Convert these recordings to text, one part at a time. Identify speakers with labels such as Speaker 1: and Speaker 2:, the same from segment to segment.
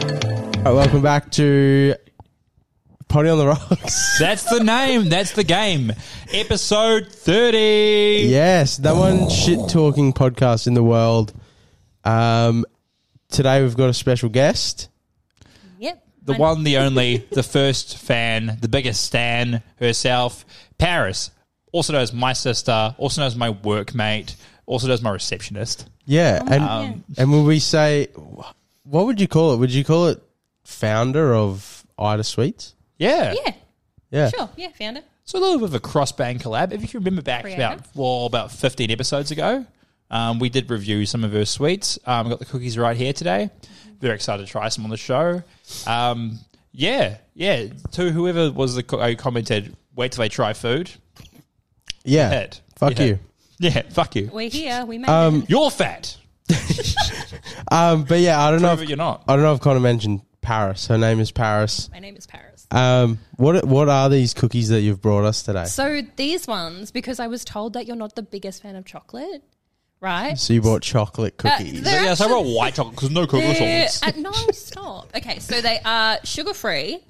Speaker 1: All right, welcome back to Potty on the Rocks.
Speaker 2: That's the name. That's the game. Episode 30.
Speaker 1: yes, that one shit talking podcast in the world. Um, today we've got a special guest.
Speaker 3: Yep.
Speaker 2: The
Speaker 3: My-
Speaker 2: one, the only, the first fan, the biggest stan herself, Paris. Also knows my sister, also knows my workmate, also knows my receptionist.
Speaker 1: Yeah, and
Speaker 3: Um,
Speaker 1: and will we say what would you call it? Would you call it founder of Ida Sweets?
Speaker 2: Yeah.
Speaker 3: Yeah.
Speaker 1: Yeah,
Speaker 3: Sure. Yeah. Found it.
Speaker 2: It's a little bit of a cross-bang collab. If you can remember back
Speaker 3: Brianna?
Speaker 2: about, well, about 15 episodes ago, um, we did review some of her sweets. Um, got the cookies right here today. Very excited to try some on the show. Um, yeah, yeah. To whoever was the co- who commented, wait till they try food.
Speaker 1: yeah.
Speaker 2: Head.
Speaker 1: Fuck
Speaker 2: Yeah.
Speaker 1: you.
Speaker 2: Yeah, fuck you.
Speaker 3: We're here. We made it.
Speaker 2: You're fat.
Speaker 1: Um, but yeah, I don't know.
Speaker 2: No,
Speaker 1: If,
Speaker 2: but you're not.
Speaker 1: I don't know if Connor mentioned Paris. Her name is Paris.
Speaker 3: My name is Paris.
Speaker 1: Um, what what are these cookies that you've brought us today?
Speaker 3: So these ones, because I was told that you're not the biggest fan of chocolate, right?
Speaker 1: So you brought chocolate
Speaker 3: Uh,
Speaker 1: cookies.
Speaker 3: they're
Speaker 2: Yeah, so
Speaker 3: actually-
Speaker 2: we're white chocolate because no cookies.
Speaker 3: They're-
Speaker 2: sauce.
Speaker 3: uh, no, stop. Okay, so they are sugar free,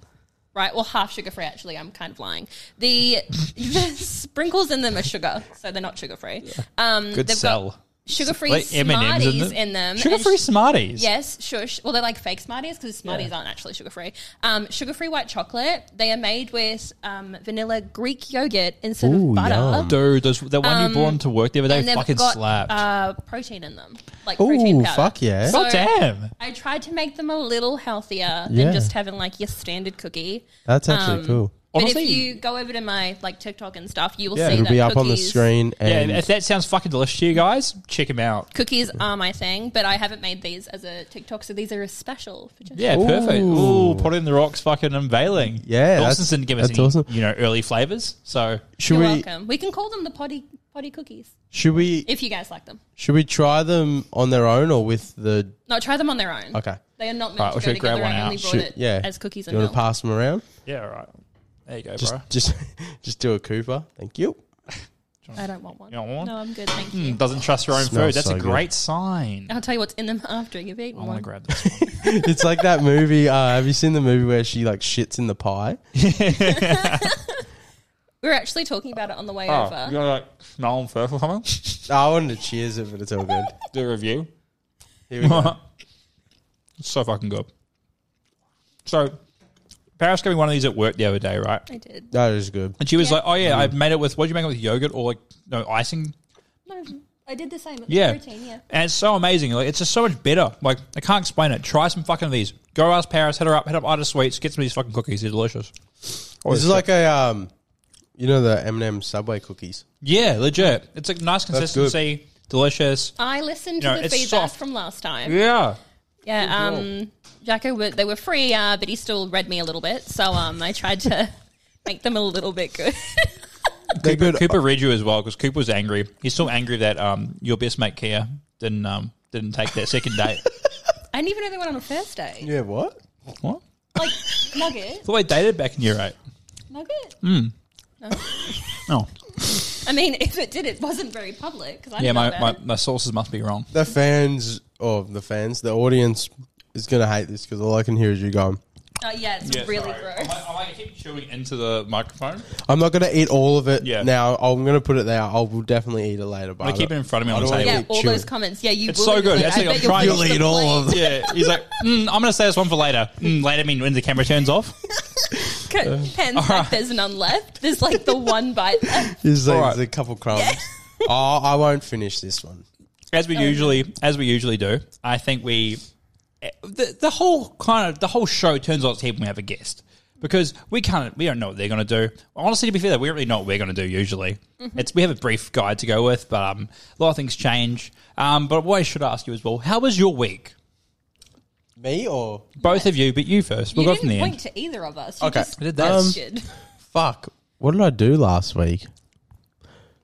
Speaker 3: right? Well, half sugar free, actually. I'm kind of lying. The, the sprinkles in them are sugar, so they're not sugar free. Um,
Speaker 2: Good sell.
Speaker 3: Sugar free
Speaker 2: Like M&Ms
Speaker 3: Smarties in them.
Speaker 2: Sugar free
Speaker 3: and sh-
Speaker 2: Smarties.
Speaker 3: Yes, shush. Well, they're like fake Smarties because Smarties aren't actually sugar free. Um, sugar free white chocolate. They are made with um, vanilla Greek yogurt instead
Speaker 1: Ooh,
Speaker 3: of butter.
Speaker 1: yum.
Speaker 2: Dude, those, that one you brought to work the other day
Speaker 3: Um, And they've
Speaker 2: fucking
Speaker 3: got
Speaker 2: slapped.
Speaker 3: uh, protein in them, like protein
Speaker 1: Oh
Speaker 3: powder.
Speaker 1: fuck yeah!
Speaker 2: God damn.
Speaker 3: I tried to make them a little healthier
Speaker 1: Yeah. Uh,
Speaker 3: than just having like your standard cookie.
Speaker 1: That's actually
Speaker 3: um,
Speaker 1: cool.
Speaker 3: but if
Speaker 2: Honestly-
Speaker 3: you go over to my like TikTok and stuff, you will
Speaker 2: Yeah.
Speaker 3: see
Speaker 1: It'll
Speaker 3: that
Speaker 1: be up on the
Speaker 3: cookies-
Speaker 1: screen. And
Speaker 2: Yeah, if that sounds fucking delicious to you guys, check them out.
Speaker 3: Cookies are my thing, but I haven't made these as a TikTok, so these are a special. For just
Speaker 2: Yeah,
Speaker 1: Ooh.
Speaker 2: perfect. Ooh, put in the rocks, fucking unveiling.
Speaker 1: Yeah, that's-
Speaker 2: Dawson's didn't give us
Speaker 1: that's
Speaker 2: any,
Speaker 1: awesome.
Speaker 2: you know, early flavors. So
Speaker 1: should
Speaker 3: You're
Speaker 1: we
Speaker 3: welcome. We can call them the potty potty cookies
Speaker 1: should we
Speaker 3: if you guys like them.
Speaker 1: should we try them on their own or with the?
Speaker 3: No, try them on their own.
Speaker 1: Okay,
Speaker 3: They are not meant
Speaker 2: Alright, we
Speaker 3: to go
Speaker 2: should grab
Speaker 3: together.
Speaker 2: one
Speaker 3: I only
Speaker 2: out.
Speaker 3: brought
Speaker 1: Should-
Speaker 3: it
Speaker 1: yeah.
Speaker 3: as cookies
Speaker 1: do
Speaker 3: and
Speaker 1: you want
Speaker 3: milk.
Speaker 1: to pass them around?
Speaker 2: yeah, all right. There you go,
Speaker 1: Just
Speaker 2: bro.
Speaker 1: just just do a Cooper. Thank you.
Speaker 3: I don't want one.
Speaker 2: You don't want one?
Speaker 3: No, I'm good, thank you.
Speaker 2: Mm, doesn't trust your own
Speaker 1: Smells
Speaker 2: food. That's
Speaker 1: so
Speaker 2: a
Speaker 1: good.
Speaker 2: great sign.
Speaker 3: I'll tell you what's in them after you've eaten
Speaker 2: I want
Speaker 3: Oh, one.
Speaker 2: to grab this. One.
Speaker 1: It's like that movie. Uh, have you seen the movie where she like shits in the pie?
Speaker 3: we were actually talking about it on the way
Speaker 2: oh,
Speaker 3: over.
Speaker 2: you gotta like smell them first or something.
Speaker 1: I wanted to cheers it, but it's all good.
Speaker 2: Do a review.
Speaker 1: Here we go.
Speaker 2: It's so fucking good. So, Paris gave me one of these at work the other day, right?
Speaker 3: I did.
Speaker 1: That is good.
Speaker 2: And she was
Speaker 3: Yeah.
Speaker 2: like, "Oh yeah, I made it with what did you make it with yogurt or like no icing
Speaker 3: No, I did the same. It was
Speaker 2: Yeah.
Speaker 3: protein, yeah.
Speaker 2: And it's so amazing. Like it's just so much better. Like I can't explain it. Try some fucking of these. Go ask Paris, hit her up, hit up Ida Sweets, get some of these fucking cookies. They're delicious.
Speaker 1: This Oh, is like a um, you know the M and M Subway cookies.
Speaker 2: Yeah, legit. It's a nice consistency. Delicious.
Speaker 3: I listened to
Speaker 2: You know,
Speaker 3: the
Speaker 2: it's
Speaker 3: feedback
Speaker 2: soft.
Speaker 3: from last time.
Speaker 2: Yeah.
Speaker 3: Yeah, um, Jacko, were- they were free, uh, but he still read me a little bit, so um, I tried to make them a little bit good.
Speaker 1: They're good.
Speaker 2: Cooper read you as well because Cooper was angry. He's still angry that um your best mate Kia didn't um didn't take that second date.
Speaker 3: I didn't even know they went on a Thursday.
Speaker 1: Yeah. What?
Speaker 2: what?
Speaker 3: Like nugget,
Speaker 2: The way they dated back in year eight.
Speaker 3: nugget.
Speaker 2: Hmm. Oh.
Speaker 3: I mean, if it did, it wasn't very public because I
Speaker 2: Yeah,
Speaker 3: didn't know
Speaker 2: my,
Speaker 3: that.
Speaker 2: my, my sources must be wrong.
Speaker 1: The fans, or the fans, the audience is gonna hate this because all I can hear is you going.
Speaker 3: Oh, yeah, it's really gross.
Speaker 2: I might keep chewing into the microphone.
Speaker 1: I'm not going to eat all of it
Speaker 2: Yeah.
Speaker 1: now. I'm going to put it there. I will definitely eat it later. But
Speaker 2: I keep it in front of me on the
Speaker 1: don't
Speaker 2: table.
Speaker 3: Yeah,
Speaker 1: Really
Speaker 3: all
Speaker 1: chewy.
Speaker 3: those comments. Yeah, you.
Speaker 2: It's
Speaker 3: will
Speaker 2: so
Speaker 3: eat
Speaker 2: good.
Speaker 3: it.
Speaker 2: That's
Speaker 3: I
Speaker 2: like I'm
Speaker 3: bet you'll
Speaker 2: trying-
Speaker 3: waste
Speaker 1: You'll
Speaker 3: the
Speaker 1: eat all
Speaker 3: plate.
Speaker 1: of
Speaker 2: Yeah, he's like, mm, I'm going to say this one for later. Mm, later mean when the camera turns off.
Speaker 3: Okay, Pens like there's none left. There's like the one bite left.
Speaker 1: There's, like,
Speaker 2: All right.
Speaker 1: there's a couple crumbs. oh, I won't finish this one.
Speaker 2: As we usually, as we usually do, I think we eh, the, the whole kind of the whole show turns on its head when we have a guest because we can't we don't know what they're going to do. Honestly, to be fair, we don't really know what we're going to do usually. It's we have a brief guide to go with, but um, a lot of things change. Um, but what I should ask you as well, how was your week?
Speaker 1: Me or
Speaker 2: Both of you, but you first. We'll
Speaker 3: you
Speaker 2: go from
Speaker 3: didn't
Speaker 2: there.
Speaker 3: point to either of us. You
Speaker 1: Okay.
Speaker 3: just
Speaker 2: I did that. Um,
Speaker 3: did.
Speaker 1: fuck? What did I do last week?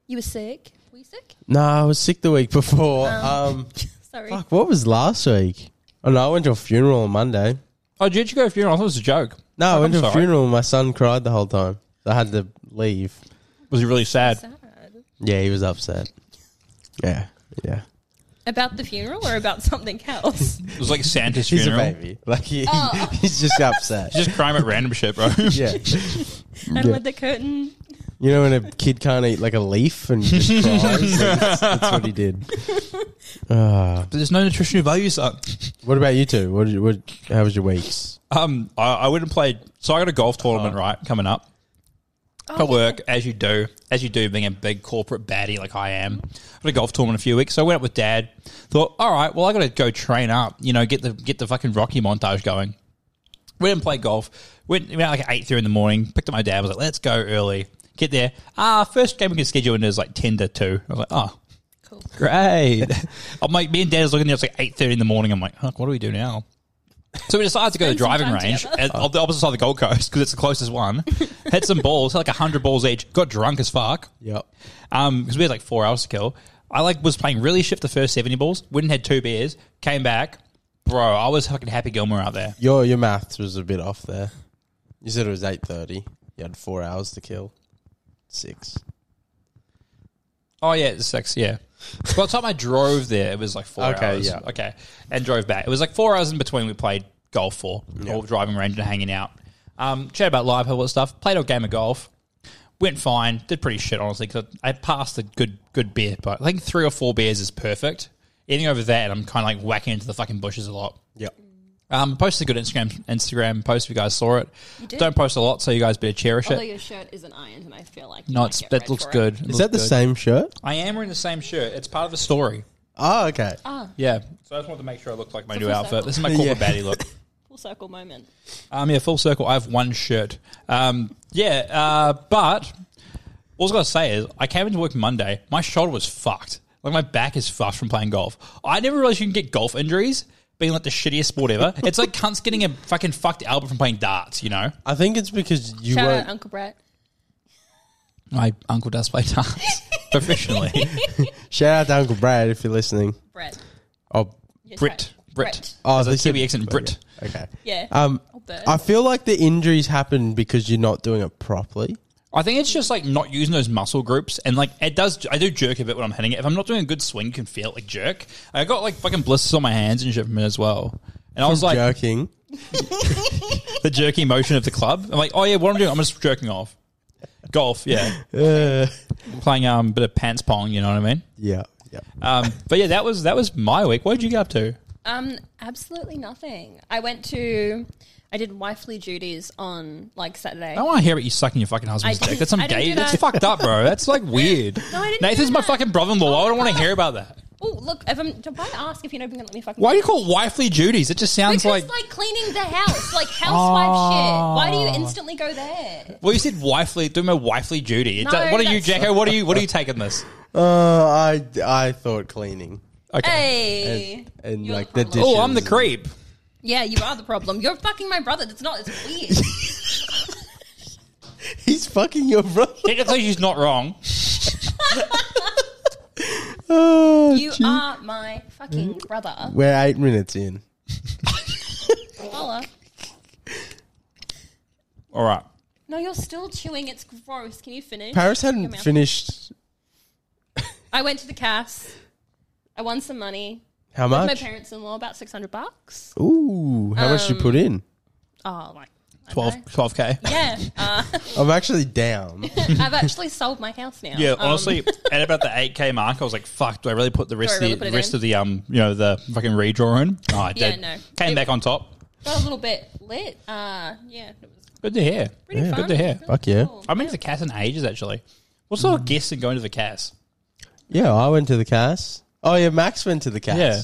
Speaker 3: You were sick. Were you sick?
Speaker 1: No, I was sick the week before. Um,
Speaker 3: Sorry.
Speaker 1: fuck, what was last week? Oh no, I went to a funeral on Monday.
Speaker 2: Oh, did you go funeral? I thought it was a joke.
Speaker 1: No, I
Speaker 2: I'm
Speaker 1: went to a
Speaker 2: sorry.
Speaker 1: funeral. and My son cried the whole time. I had to leave.
Speaker 2: Was it really sad?
Speaker 3: Sad.
Speaker 1: Yeah, he was upset. Yeah, yeah.
Speaker 3: About the funeral or about something else?
Speaker 2: It was like Santa's
Speaker 1: He's
Speaker 2: funeral.
Speaker 1: a baby. Like he,
Speaker 3: Oh.
Speaker 1: he's just upset.
Speaker 2: He's just crying at random shit, bro.
Speaker 1: yeah.
Speaker 3: and
Speaker 1: Yeah.
Speaker 3: with the curtain.
Speaker 1: You know when a kid can't eat like a leaf and just cries? Like, that's, that's what he did. Ah.
Speaker 2: But there's no nutritional value, son.
Speaker 1: what about you two? What, did you, what? How was your weeks?
Speaker 2: Um, I, I went and played. So I got a golf tournament right coming up. For work, as you do, as you do, being a big corporate baddie like I am. I had a golf tournament a few weeks, so I went up with dad. Thought, all right, well, I got to go train up. You know, get the get the fucking Rocky montage going. Went and played golf. Went, went out like at eight through in the morning. Picked up my dad. Was like, let's go early. Get there. Ah, first game we can schedule in is like ten to two. I was like, oh,
Speaker 3: Cool.
Speaker 2: great. I'm like, me and dad is looking there. It's like eight thirty in the morning. I'm like, huh, what do we do now? So we decided to go to the
Speaker 3: Spend some
Speaker 2: driving
Speaker 3: time
Speaker 2: range
Speaker 3: together.
Speaker 2: at, on the opposite side of the Gold Coast because it's the closest one. Had some balls, had like hundred balls each. Got drunk as fuck
Speaker 1: Yep.
Speaker 2: because we had like four hours to kill. I like was playing really shift the first seventy balls. Went and had two beers. Came back, bro. I was fucking Happy Gilmore out there.
Speaker 1: Your your maths was a bit off there. You said it was eight thirty. You had four hours to kill. Six.
Speaker 2: Oh yeah, it's six. Yeah. By the time I drove there, it was like four
Speaker 1: Okay,
Speaker 2: hours.
Speaker 1: yeah.
Speaker 2: Okay, and drove back. It was like four hours in between. We played golf for all driving range and hanging out. Um, chat about life, all that stuff. Played a game of golf. Went fine. Did pretty shit honestly because I passed a good good beer, but I think three or four beers is perfect. Anything over that, I'm kind of like whacking into the fucking bushes a lot.
Speaker 1: Yep.
Speaker 2: Um, posted a good Instagram Instagram post if you guys saw it.
Speaker 3: did?
Speaker 2: Don't post a lot, so you guys better cherish
Speaker 3: Although
Speaker 2: it.
Speaker 3: your shirt isn't ironed, and I feel like you
Speaker 2: No,
Speaker 3: might
Speaker 2: it's,
Speaker 3: get
Speaker 2: that
Speaker 3: red
Speaker 2: looks
Speaker 3: for it.
Speaker 2: good. It
Speaker 1: Is
Speaker 2: looks
Speaker 1: that the
Speaker 2: good.
Speaker 1: same shirt?
Speaker 2: I am wearing the same shirt. It's part of the story. Ah,
Speaker 1: Oh, okay.
Speaker 3: Ah.
Speaker 2: Yeah. So I just wanted to make sure I looked like my new
Speaker 3: full
Speaker 2: outfit.
Speaker 3: circle.
Speaker 2: This is my corporate
Speaker 1: Yeah.
Speaker 2: baddie look.
Speaker 3: Full circle moment.
Speaker 2: Um, yeah, full circle. I have one shirt. Um, yeah, uh, but all I was going to say is I came into work Monday. My shoulder was fucked. Like, my back is fucked from playing golf. I never realized you can get golf injuries being like the shittiest sport ever. it's like cunts getting a fucking fucked elbow from playing darts, you know?
Speaker 1: I think it's because you
Speaker 3: Shout out
Speaker 1: weren't.
Speaker 3: Uncle Brett.
Speaker 2: My uncle does play darts professionally.
Speaker 1: Shout out to Uncle Brad if you're listening.
Speaker 3: Brett.
Speaker 1: Oh,
Speaker 3: Yes,
Speaker 2: Brit.
Speaker 3: right.
Speaker 2: Brit.
Speaker 1: oh,
Speaker 2: As a
Speaker 1: they said-
Speaker 2: Kiwi accent, Brit.
Speaker 1: Okay.
Speaker 3: Yeah. Oh,
Speaker 1: Um,
Speaker 3: I'll burn.
Speaker 1: I feel like the injuries happen because you're not doing it properly.
Speaker 2: I think it's just like not using those muscle groups, and like it does. I do jerk a bit when I'm hitting it. If I'm not doing a good swing, you can feel it like jerk. I got like fucking blisters on my hands and shit from it as well. And I was like
Speaker 1: Joking.
Speaker 2: the jerky motion of the club. I'm like, oh yeah, what I'm doing? I'm just jerking off. Golf, yeah,
Speaker 1: Uh,
Speaker 2: playing um a bit of pants pong. You know what I mean?
Speaker 1: yeah. Yeah.
Speaker 3: Uh,
Speaker 2: Um, but yeah, that was that was my week. What did you get up to?
Speaker 3: Um, absolutely nothing. I went to, I did wifely duties on like Saturday.
Speaker 2: I don't want to hear about you sucking your fucking husband's
Speaker 3: I didn't-
Speaker 2: dick. That's some
Speaker 3: I didn't
Speaker 2: gay.
Speaker 3: do
Speaker 2: That's
Speaker 3: that.
Speaker 2: fucked up, bro. That's like weird.
Speaker 3: I didn't
Speaker 2: Nathan's
Speaker 3: do
Speaker 2: my
Speaker 3: that.
Speaker 2: fucking brother-in-law. I don't want to
Speaker 3: God.
Speaker 2: hear about that.
Speaker 3: Oh, look, if I'm, why ask if you're not even going to let me fucking.
Speaker 2: Why do you call it wifely duties? It just sounds
Speaker 3: Because like,
Speaker 2: like
Speaker 3: cleaning the house, like housewife shit. Why do you instantly go there?
Speaker 2: Well, you said wifely, doing my wifely duty. It
Speaker 3: No,
Speaker 2: do- what are you,
Speaker 3: that's-
Speaker 2: Jacko? What are you? What are you taking this?
Speaker 1: Uh, I I thought cleaning
Speaker 2: Okay.
Speaker 3: Hey,
Speaker 1: and, and
Speaker 3: You're
Speaker 1: like the
Speaker 3: the problem. Oh,
Speaker 1: dishes.
Speaker 2: Oh, I'm the
Speaker 1: and-
Speaker 2: creep.
Speaker 3: yeah, you are the problem. You're fucking my brother. It's not. It's weird.
Speaker 1: He's fucking your brother.
Speaker 2: Technically, she's not wrong.
Speaker 1: Oh,
Speaker 3: You are my fucking
Speaker 1: Hmm?
Speaker 3: brother.
Speaker 1: We're eight minutes in.
Speaker 3: Holla.
Speaker 2: All right.
Speaker 3: No, you're still chewing. It's gross. Can you finish?
Speaker 1: Paris
Speaker 3: Your
Speaker 1: hadn't
Speaker 3: mouth.
Speaker 1: finished.
Speaker 3: I went to the Cass. I won some money.
Speaker 1: How
Speaker 3: My
Speaker 1: much?
Speaker 3: parents-in-law about six hundred bucks.
Speaker 1: Ooh, how much you put
Speaker 3: Um,
Speaker 1: in?
Speaker 3: Oh, like I don't
Speaker 2: 12,
Speaker 3: know.
Speaker 2: 12K.
Speaker 3: Yeah, uh,
Speaker 1: I'm actually down.
Speaker 3: I've actually sold my house now.
Speaker 2: Yeah,
Speaker 3: Um,
Speaker 2: honestly, at about the 8K mark, I was like, fuck, do I really put the rest,
Speaker 3: really
Speaker 2: of, the,
Speaker 3: put it
Speaker 2: rest
Speaker 3: in?
Speaker 2: of the, um, you know, the fucking redraw in? Oh, I
Speaker 3: Yeah,
Speaker 2: did.
Speaker 3: no.
Speaker 2: Came
Speaker 3: It-
Speaker 2: back on top.
Speaker 3: got a little bit lit. Uh, yeah, it was
Speaker 2: Good to hear.
Speaker 3: pretty
Speaker 1: Yeah.
Speaker 3: fun.
Speaker 2: Good to hear. Mm.
Speaker 3: Really
Speaker 1: Fuck yeah.
Speaker 3: cool.
Speaker 2: I've been to the Cass in ages, actually. What sort of guests in going to the Cass?
Speaker 1: Yeah, I went to the Cass. Oh yeah, Max went to the Cass.
Speaker 2: Yeah.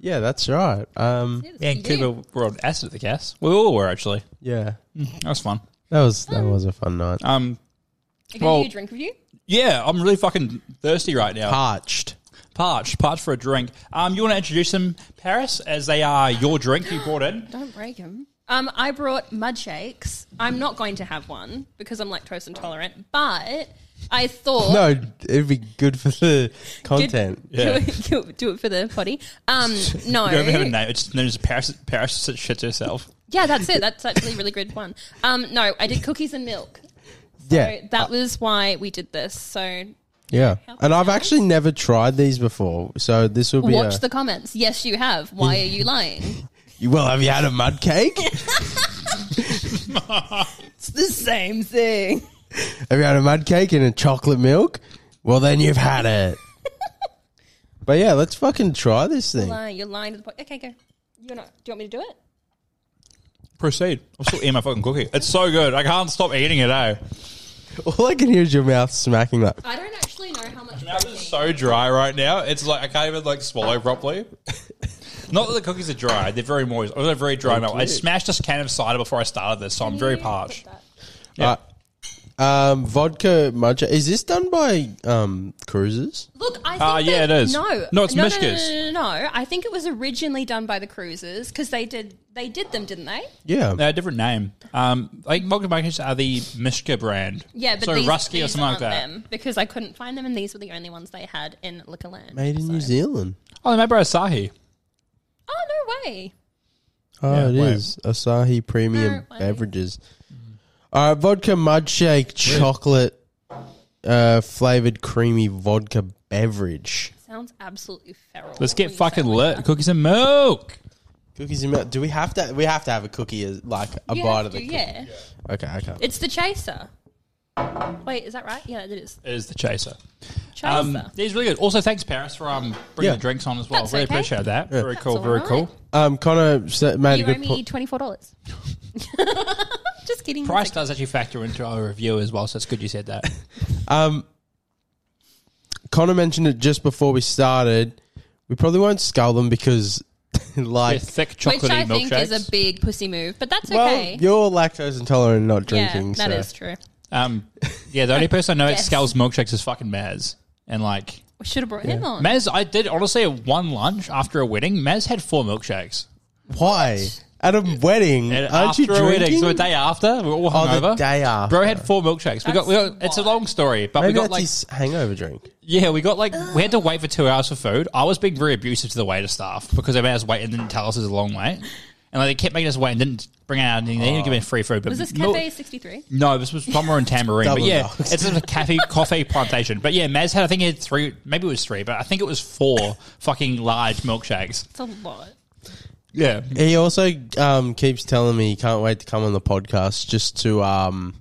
Speaker 1: yeah, that's right. Um,
Speaker 3: Yes,
Speaker 2: Yeah, in
Speaker 3: you
Speaker 2: Cuba, we were on acid at the Cass. We all were, actually.
Speaker 1: yeah,
Speaker 2: That was fun.
Speaker 1: that was that was a fun night.
Speaker 2: Um,
Speaker 3: do. Can
Speaker 2: well-
Speaker 3: you drink with you?
Speaker 2: yeah, I'm really fucking thirsty right now.
Speaker 1: Parched.
Speaker 2: Parched, parched for a drink. Um, you want to introduce them, Paris, as they are your drink you brought in.
Speaker 3: Don't break him. Um, I brought mud shakes. I'm not going to have one because I'm lactose intolerant. But I thought
Speaker 1: No, it'd be good for the content.
Speaker 3: Do,
Speaker 2: Yeah.
Speaker 3: it, do it- do it for the potty. Um, no.
Speaker 2: You ever had a name? It's known as Paris. Paris that shits herself.
Speaker 3: Yeah, that's it. That's actually a really good one. Um, no, I did cookies and milk. So
Speaker 1: yeah,
Speaker 3: that was why we did this. So
Speaker 1: Yeah.
Speaker 3: How
Speaker 1: And I've
Speaker 3: nice.
Speaker 1: actually never tried these before, so this will be.
Speaker 2: uh,
Speaker 3: Watch
Speaker 1: a-
Speaker 3: the comments. Yes, you have. Why are you lying?
Speaker 1: You- well, have you had a mud cake?
Speaker 3: It's the same thing.
Speaker 1: have you had a mud cake and a chocolate milk? Well, then you've had it. but yeah, let's fucking try this thing.
Speaker 3: Lie. You're lying to the point. Okay, go. You're not. Do you want me to do it?
Speaker 2: Proceed. I'm still eating my fucking cookie. It's so good. I can't stop eating it, eh?
Speaker 1: All I can hear is your mouth smacking that.
Speaker 3: I don't actually know how much.
Speaker 2: My mouth is so dry right now. It's like I can't even like swallow properly. Not that the cookies are dry; they're very moist. I've got a very dry mouth. I smashed a can of cider before I started this, so I'm very parched. Yeah.
Speaker 1: Uh, um, vodka matcha. Is this done by um, cruises?
Speaker 3: Look, I think
Speaker 2: Ah, yeah,
Speaker 3: that-
Speaker 2: it is.
Speaker 3: No,
Speaker 2: No, it's
Speaker 3: no, no,
Speaker 2: Mishka's.
Speaker 3: No, no, no, no, I think it was originally done by the cruisers because they did they did them, didn't they?
Speaker 1: Yeah.
Speaker 2: They're a different name. Um, like Mocha Makers are the Mishka brand.
Speaker 3: Yeah, but
Speaker 2: so
Speaker 3: these,
Speaker 2: Rusky
Speaker 3: these
Speaker 2: or something like
Speaker 3: aren't
Speaker 2: that.
Speaker 3: them because I couldn't find them, and these were the only ones they had in Liquorland.
Speaker 1: Made in
Speaker 3: so-
Speaker 1: New Zealand.
Speaker 2: Oh, maybe Asahi.
Speaker 3: Oh no way!
Speaker 1: Oh,
Speaker 2: Yeah,
Speaker 1: it
Speaker 2: wait.
Speaker 1: is. Asahi Premium
Speaker 3: Alright, wait.
Speaker 1: Beverages. All right, vodka mud shake, chocolate uh, flavored creamy vodka beverage.
Speaker 3: Sounds absolutely feral.
Speaker 2: Let's
Speaker 3: when
Speaker 2: get
Speaker 3: you
Speaker 2: fucking
Speaker 3: say it
Speaker 2: lit.
Speaker 3: like that.
Speaker 2: Cookies and milk.
Speaker 1: Cookies and milk. Do we have to? We have to have a cookie, as, like a
Speaker 3: You
Speaker 1: bite
Speaker 3: have
Speaker 1: of the
Speaker 3: to,
Speaker 1: cookie.
Speaker 3: yeah.
Speaker 1: Okay, I can't.
Speaker 3: It's the chaser. Wait, is that right? Yeah, it is
Speaker 2: It is the chaser.
Speaker 3: chaser.
Speaker 2: Um, these are really good. Also, thanks Paris for um bringing
Speaker 1: Yeah.
Speaker 2: the drinks on as well.
Speaker 3: That's
Speaker 2: really
Speaker 3: okay.
Speaker 2: appreciate that. Very
Speaker 3: That's
Speaker 2: cool.
Speaker 3: all
Speaker 2: Very
Speaker 3: right.
Speaker 2: cool.
Speaker 1: Um, Connor sa- made
Speaker 3: you
Speaker 1: a
Speaker 3: owe
Speaker 1: good
Speaker 3: me
Speaker 1: point.
Speaker 3: twenty four dollars. Just kidding.
Speaker 2: Price does actually factor into our review as well, so it's good you said that.
Speaker 1: Um, Connor mentioned it just before we started. We probably won't scull them because,
Speaker 2: They're
Speaker 1: like,
Speaker 2: thick
Speaker 3: which
Speaker 2: chocolatey
Speaker 3: I think
Speaker 2: milkshakes.
Speaker 3: is a big pussy move, but that's
Speaker 1: well,
Speaker 3: okay.
Speaker 1: you're lactose intolerant, and not
Speaker 3: yeah,
Speaker 1: drinking.
Speaker 3: that
Speaker 1: so.
Speaker 3: is true.
Speaker 2: Um, yeah, the only person I know
Speaker 3: Yes.
Speaker 2: that scales milkshakes is fucking Maz. And like
Speaker 3: We should have brought him on.
Speaker 2: Maz, I did honestly at one lunch after a wedding. Maz had four milkshakes.
Speaker 1: Why? At a wedding?
Speaker 2: And
Speaker 1: aren't
Speaker 2: after
Speaker 1: you
Speaker 2: a wedding,
Speaker 1: drinking?
Speaker 2: so the day after, we were all
Speaker 1: Oh,
Speaker 2: hungover.
Speaker 1: the day after.
Speaker 2: Bro had four milkshakes. We got, we got.
Speaker 3: That's
Speaker 2: It's a
Speaker 3: wild.
Speaker 2: long story, but
Speaker 1: Maybe
Speaker 2: we got
Speaker 1: that's
Speaker 2: like.
Speaker 1: his hangover drink.
Speaker 2: Yeah, we got like we had to wait for two hours for food. I was being very abusive to the waiter staff because they made us wait and didn't tell us it was a long wait, and like they kept making us wait and didn't bring out anything. They didn't give me free food. But
Speaker 3: Was this
Speaker 2: mil-
Speaker 3: Cafe 63?
Speaker 2: No, this was somewhere in Tambourine, but
Speaker 1: Double
Speaker 2: yeah,
Speaker 1: dogs.
Speaker 2: it's a cafe coffee plantation. But yeah, Maz had I think he had three, maybe it was three, but I think it was four fucking large milkshakes.
Speaker 3: It's a lot.
Speaker 2: Yeah,
Speaker 1: He also um, keeps telling me he can't wait to come on the podcast just to, um,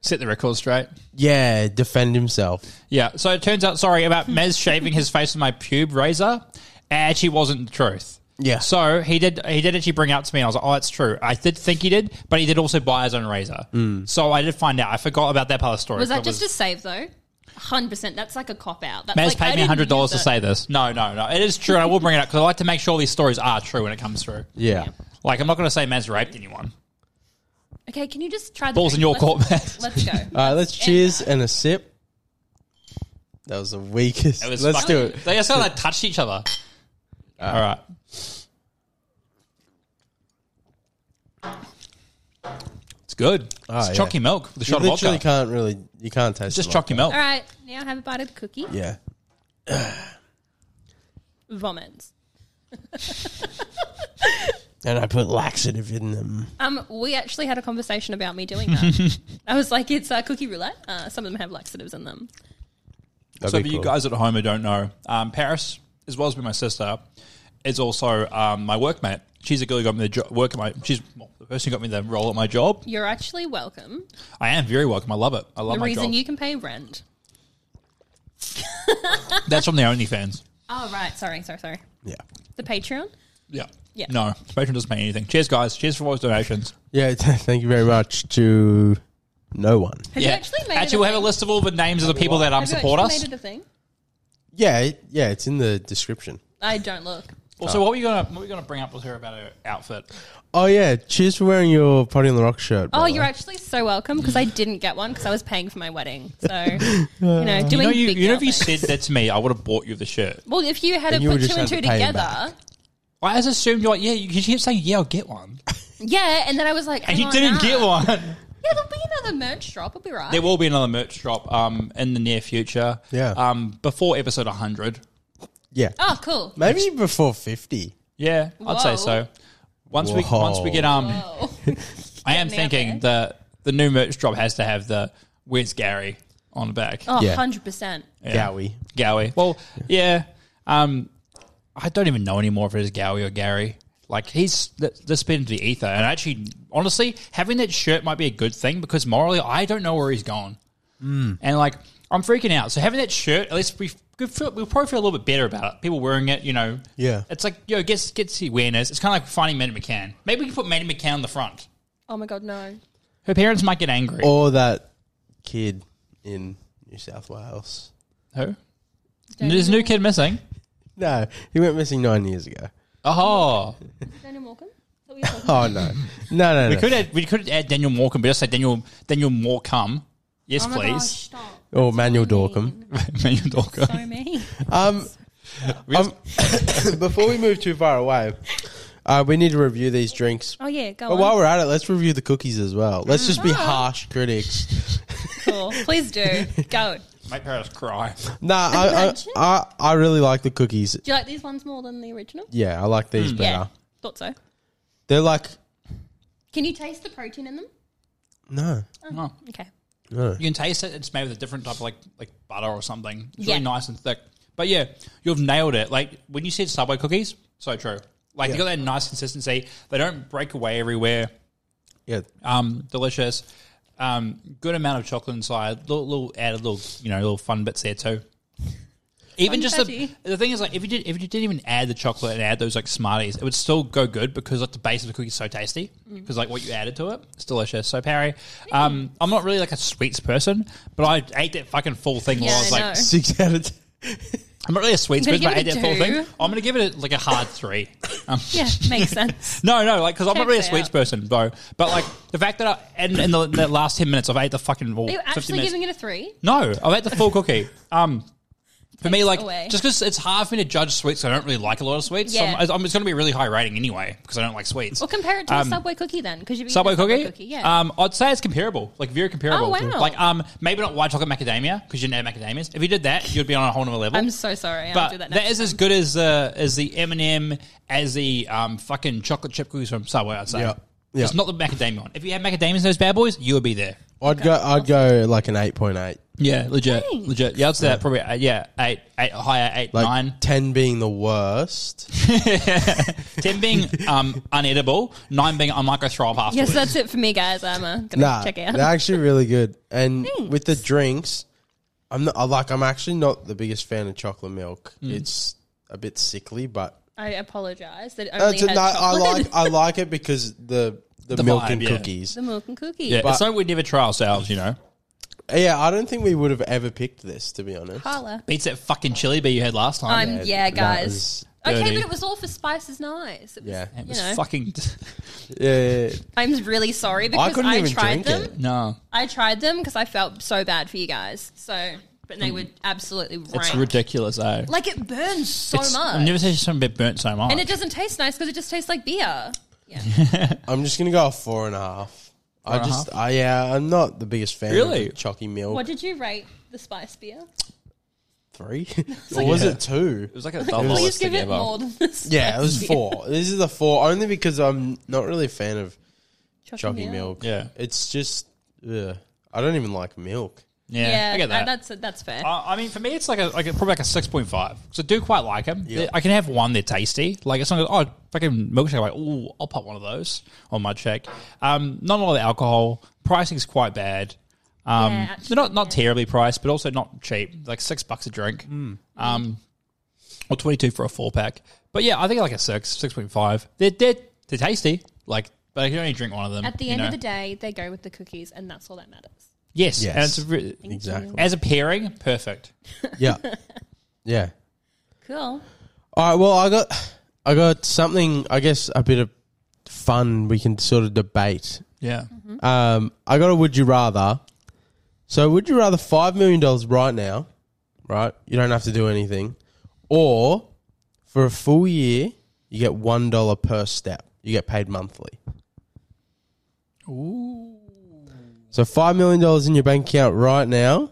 Speaker 2: set the record straight.
Speaker 1: yeah, defend himself.
Speaker 2: Yeah, so it turns out, sorry about Mez shaving his face with my pube razor. It actually wasn't the truth.
Speaker 1: Yeah.
Speaker 2: So he did. He did actually bring it up to me, and I was like, "Oh, that's true." I did think he did, but he did also buy his own razor.
Speaker 1: Mm.
Speaker 2: So I did find out. I forgot about that part of the story.
Speaker 3: Was that
Speaker 2: It
Speaker 3: just a save, though? 100%. That's like a cop out. That's
Speaker 2: Maz
Speaker 3: like, I
Speaker 2: paid me
Speaker 3: didn't
Speaker 2: hundred dollars to
Speaker 3: use
Speaker 2: say this. No, no, no. It is true. and I will bring it up because I like to make sure these stories are true when it comes through.
Speaker 1: Yeah.
Speaker 2: Like I'm not going to say Maz raped anyone.
Speaker 3: it. Okay, can you just try the.
Speaker 2: Balls in your
Speaker 3: drink?
Speaker 2: court, Uh,
Speaker 3: Let's-
Speaker 2: Maz.
Speaker 3: Let's go.
Speaker 1: All right, let's cheers and a sip. That was the weakest.
Speaker 2: It was
Speaker 1: let's
Speaker 2: fucking-
Speaker 1: do it. Uh.
Speaker 2: They just kind of touched each other. All right. It's good.
Speaker 1: Oh,
Speaker 2: it's
Speaker 1: yeah.
Speaker 2: chalky milk with a
Speaker 1: You
Speaker 2: shot of
Speaker 1: literally
Speaker 2: vodka.
Speaker 1: can't really, you can't taste
Speaker 2: It's just
Speaker 1: the
Speaker 2: chalky milk.
Speaker 3: All right, now have a bite of the cookie.
Speaker 1: vodka. Yeah.
Speaker 3: Vomits.
Speaker 1: And I put laxative in them.
Speaker 3: Um, we actually had a conversation about me doing that. I was like, it's uh, cookie roulette. Uh, some of them have laxatives in them.
Speaker 2: So for you guys at home who don't know, um, Paris, as well as being my sister, is also um, my workmate. She's the girl who got me the job. Work at my. She's well, the person who got me the role at my job.
Speaker 3: You're actually welcome.
Speaker 2: I am very welcome. I love it. I love Oh
Speaker 3: the
Speaker 2: my
Speaker 3: reason
Speaker 2: job.
Speaker 3: you can pay rent.
Speaker 2: That's from the OnlyFans.
Speaker 3: Oh, right. Sorry, sorry, sorry.
Speaker 1: Yeah.
Speaker 3: The Patreon?
Speaker 2: Yeah.
Speaker 3: Yeah.
Speaker 2: No, Patreon doesn't pay anything. Cheers, guys. Cheers for all those donations.
Speaker 1: Yeah, thank you very much to no one.
Speaker 3: Have you actually made it
Speaker 2: Actually, we have a
Speaker 3: thing?
Speaker 2: list of all the names of the people that um,
Speaker 3: Have you
Speaker 2: support
Speaker 3: actually
Speaker 2: us.
Speaker 3: Made it a thing?
Speaker 1: Yeah, it- yeah, it's in the description.
Speaker 3: I don't look.
Speaker 2: Also, what were you gonna what were you gonna bring up with her about her outfit?
Speaker 1: Oh yeah, cheers for wearing your Potty on the Rock shirt.
Speaker 3: Oh,
Speaker 1: brother.
Speaker 3: you're actually so welcome because I didn't get one because I was paying for my wedding. So, you know, doing
Speaker 2: You know, you,
Speaker 3: big
Speaker 2: you know if
Speaker 3: deal
Speaker 2: you
Speaker 3: things.
Speaker 2: said that to me, I would have bought you the shirt.
Speaker 3: Well, if you had
Speaker 1: Then
Speaker 3: to
Speaker 1: you
Speaker 3: put
Speaker 1: would
Speaker 3: two
Speaker 1: just
Speaker 3: and
Speaker 1: have
Speaker 3: two
Speaker 1: to pay him
Speaker 3: together,
Speaker 2: I just assumed you're like, yeah, you, you keep saying, yeah, I'll get one,
Speaker 3: yeah, and then I was like,
Speaker 2: and
Speaker 3: hang
Speaker 2: you
Speaker 3: on
Speaker 2: didn't
Speaker 3: now.
Speaker 2: get one.
Speaker 3: Yeah, there'll be another merch drop. It'll be right.
Speaker 2: There will be another merch drop um, in the near future.
Speaker 1: Yeah.
Speaker 2: Um, before episode 100.
Speaker 1: yeah.
Speaker 3: oh, cool.
Speaker 1: Maybe before fifty.
Speaker 2: Yeah, I'd say
Speaker 3: Whoa.
Speaker 2: so. Once we
Speaker 1: Whoa.
Speaker 2: once we get um,
Speaker 3: Oh.
Speaker 2: I am
Speaker 3: Getting out
Speaker 2: thinking the the new merch drop has to have the where's Gary on the back.
Speaker 3: Oh,
Speaker 1: Yeah.
Speaker 3: 100%.
Speaker 1: Gowie.
Speaker 2: Gowie. Well, yeah. Um, I don't even know anymore if it is Gowie or Gary. Like he's th- this bit into the ether, and actually, honestly, having that shirt might be a good thing because morally, I don't know where he's gone, and like I'm freaking out. So having that shirt, at least we could feel, we'll probably feel a little bit better about it. People wearing it, you know,
Speaker 1: Yeah.
Speaker 2: It's like yo, gets gets the awareness. It's kind of like finding Maddie McCann. Maybe we can put Maddie McCann on the front.
Speaker 3: Oh my God, no.
Speaker 2: Her parents might get angry.
Speaker 1: Or that kid in New South Wales.
Speaker 2: Who? There's a new kid missing.
Speaker 1: No, he went missing nine years ago.
Speaker 2: Oh,
Speaker 3: Daniel Morgan? Is that what you're talking about?
Speaker 1: Oh no, no, no, no.
Speaker 2: We could add we could add Daniel Morecambe, but just say Daniel Daniel Morecambe. Yes,
Speaker 3: Oh my gosh,
Speaker 2: please.
Speaker 3: stop.
Speaker 1: or Oh, Manuel
Speaker 3: so
Speaker 1: Dorcum.
Speaker 2: Daniel Dorker.
Speaker 3: So mean.
Speaker 1: Um,
Speaker 2: We just-
Speaker 1: before we move too far away, uh, we need to review these drinks.
Speaker 3: Oh, yeah, go
Speaker 1: But
Speaker 3: on.
Speaker 1: while we're at it, let's review the cookies as well. Let's just be harsh critics.
Speaker 3: Cool. Please do. Go.
Speaker 2: Make parents cry.
Speaker 1: Nah, I,
Speaker 3: Imagine.
Speaker 1: I, I, I really like the cookies.
Speaker 3: Do you like these ones more than the original?
Speaker 1: Yeah, I like
Speaker 2: Hmm.
Speaker 1: these better.
Speaker 3: Yeah. Thought so.
Speaker 1: They're like
Speaker 3: Can you taste the protein in them?
Speaker 1: no,
Speaker 2: Oh.
Speaker 3: Okay.
Speaker 1: no.
Speaker 2: You can taste it. It's made with a different type of like like butter or something. It's
Speaker 3: Yeah.
Speaker 2: really nice and thick. But yeah, you've nailed it. Like when you said Subway cookies, so true. Like they
Speaker 1: Yeah.
Speaker 2: got that nice consistency. They don't break away everywhere.
Speaker 1: Yeah,
Speaker 2: Um, delicious. Um, good amount of chocolate inside. Little, little added little you know little fun bits there too. Even just the,
Speaker 3: Funfetti.
Speaker 2: the thing is like if you did if you didn't even add the chocolate and add those like Smarties, it would still go good because like the base of the cookie is so tasty
Speaker 3: Mm.
Speaker 2: because like what you added to it, it's delicious. So Parry, um, I'm not really like a sweets person, but I ate that fucking full thing while
Speaker 3: Yeah,
Speaker 2: I was
Speaker 3: I
Speaker 2: like,
Speaker 3: know.
Speaker 1: six out of ten.
Speaker 2: I'm not really a sweets
Speaker 3: I'm
Speaker 2: person,
Speaker 3: gonna
Speaker 2: but I ate
Speaker 3: give
Speaker 2: that
Speaker 3: it a
Speaker 2: full thing.
Speaker 3: two.
Speaker 2: I'm gonna give it a, like a hard three. Um,
Speaker 3: Yeah, makes sense.
Speaker 2: no, no, like because I'm not really a
Speaker 3: Checks
Speaker 2: sweets
Speaker 3: out.
Speaker 2: person, bro. But like the fact that I in, in the, the last ten minutes I've ate the fucking wall.
Speaker 3: Are you actually
Speaker 2: minutes.
Speaker 3: giving it a three?
Speaker 2: no, I've ate the full cookie. Um, for me,
Speaker 3: Takes
Speaker 2: like
Speaker 3: away.
Speaker 2: just because it's hard for me to judge sweets, I don't really like a lot of sweets.
Speaker 3: Yeah. Oh,
Speaker 2: So I'm, I'm, it's going to be a really high rating anyway because I don't like sweets.
Speaker 3: Or compare it to a Subway cookie then, because you've eaten
Speaker 2: Um, Subway
Speaker 3: a Subway
Speaker 2: cookie?
Speaker 3: Yeah.
Speaker 2: Um, I'd say it's comparable, like very comparable.
Speaker 3: Oh, wow.
Speaker 2: Like um, maybe not white chocolate macadamia because you didn't have macadamias. If you did that, you'd be on a whole nother level.
Speaker 3: I'm so sorry. I'll
Speaker 2: but
Speaker 3: do that next.
Speaker 2: that is as good as uh, as the M and m as the um, fucking chocolate chip cookies from Subway. I'd say.
Speaker 1: Yeah. Yeah.
Speaker 2: It's not the macadamia one. If you had macadamias in those bad boys, you would be there.
Speaker 1: I'd go. I'd go like an eight point eight.
Speaker 2: Yeah, legit,
Speaker 3: Thanks.
Speaker 2: legit. Yeah, I'd say that probably. Uh, yeah, eight, eight, higher, eight,
Speaker 1: Like
Speaker 2: nine,
Speaker 1: ten being the worst.
Speaker 2: ten being um, unedible, nine being I might go throw up afterwards.
Speaker 3: yes, that's it for me, guys. I'm uh, going to
Speaker 1: Nah,
Speaker 3: check out.
Speaker 1: they're actually really good. And with the drinks, I'm not I like. I'm actually not the biggest fan of chocolate milk.
Speaker 2: Hmm.
Speaker 1: It's a bit sickly, but
Speaker 3: I apologize that it
Speaker 1: Uh,
Speaker 3: only
Speaker 1: it's-
Speaker 3: had
Speaker 1: no, I
Speaker 3: chocolate.
Speaker 1: like. I like it because the the,
Speaker 2: The
Speaker 1: milk
Speaker 2: vibe,
Speaker 1: and
Speaker 2: yeah.
Speaker 1: cookies.
Speaker 3: the milk and cookie.
Speaker 2: yeah,
Speaker 1: But-
Speaker 2: it's like we never try ourselves, you know.
Speaker 1: Uh, Yeah, I don't think we would have ever picked this to be honest.
Speaker 3: Holla.
Speaker 2: Beats that fucking chili bee you had last time.
Speaker 3: I'm, yeah,
Speaker 1: that
Speaker 3: guys.
Speaker 1: was
Speaker 3: Okay,
Speaker 2: dirty.
Speaker 3: but it was all for Spices Nice. It was,
Speaker 1: Yeah.
Speaker 2: it was
Speaker 3: you know.
Speaker 2: fucking
Speaker 1: Yeah,
Speaker 3: I'm really sorry because
Speaker 1: couldn't
Speaker 3: I,
Speaker 1: even
Speaker 3: tried
Speaker 1: drink
Speaker 3: them.
Speaker 1: it.
Speaker 2: no.
Speaker 3: I tried them because I felt so bad for you guys. So, but they were absolutely rank.
Speaker 2: It's ridiculous, eh?
Speaker 3: Like it burns so
Speaker 2: It's-
Speaker 3: much,
Speaker 2: I've never seen something bit burnt so much.
Speaker 3: and it doesn't taste nice because it just tastes like beer. Yeah,
Speaker 1: I'm just gonna go off four and a half. I
Speaker 2: and a
Speaker 1: just, I, yeah, I'm not the biggest fan
Speaker 2: Really?
Speaker 1: of the chalky milk.
Speaker 3: what did you rate the spice beer?
Speaker 1: Three? or was
Speaker 2: Yeah.
Speaker 1: it two?
Speaker 2: It was like a double.
Speaker 3: Please give it more than this.
Speaker 1: Yeah, it was four. This is the four only because I'm not really a fan of chalky milk.
Speaker 2: Yeah.
Speaker 1: it's just ugh. I don't even like milk.
Speaker 2: Yeah,
Speaker 3: Yeah,
Speaker 2: I get that. Um,
Speaker 3: that's that's fair.
Speaker 2: I I mean, for me, it's like a like a, probably like a six point five. So I do quite like them. I can have one; they're tasty. Like it's not like, oh fucking milkshake. Like oh, I'll pop one of those on my check. Um, not a lot of alcohol. Pricing's quite bad. Um,
Speaker 3: Yeah, actually,
Speaker 2: they're not not terribly priced, but also not cheap. Like six bucks a drink. Um, or twenty two for a four pack. But yeah, I think like a six, six point five. They're they're they're tasty. Like, but I can only drink one of them
Speaker 3: At the
Speaker 2: you
Speaker 3: end
Speaker 2: know?
Speaker 3: of the day, they go with the cookies, and that's all that matters.
Speaker 2: Yes, and
Speaker 1: Yes.
Speaker 2: it's a re-
Speaker 1: Exactly.
Speaker 2: as a pairing, perfect.
Speaker 1: Yeah, yeah.
Speaker 3: Cool.
Speaker 1: All right. Well, I got, I got something. I guess a bit of fun we can sort of debate.
Speaker 2: Yeah.
Speaker 3: Mm-hmm.
Speaker 1: Um, I got a would you rather. So, would you rather five million dollars right now, right? You don't have to do anything, or for a full year you get one dollar per step. You get paid monthly.
Speaker 2: Ooh.
Speaker 1: So five million dollars in your bank account right now,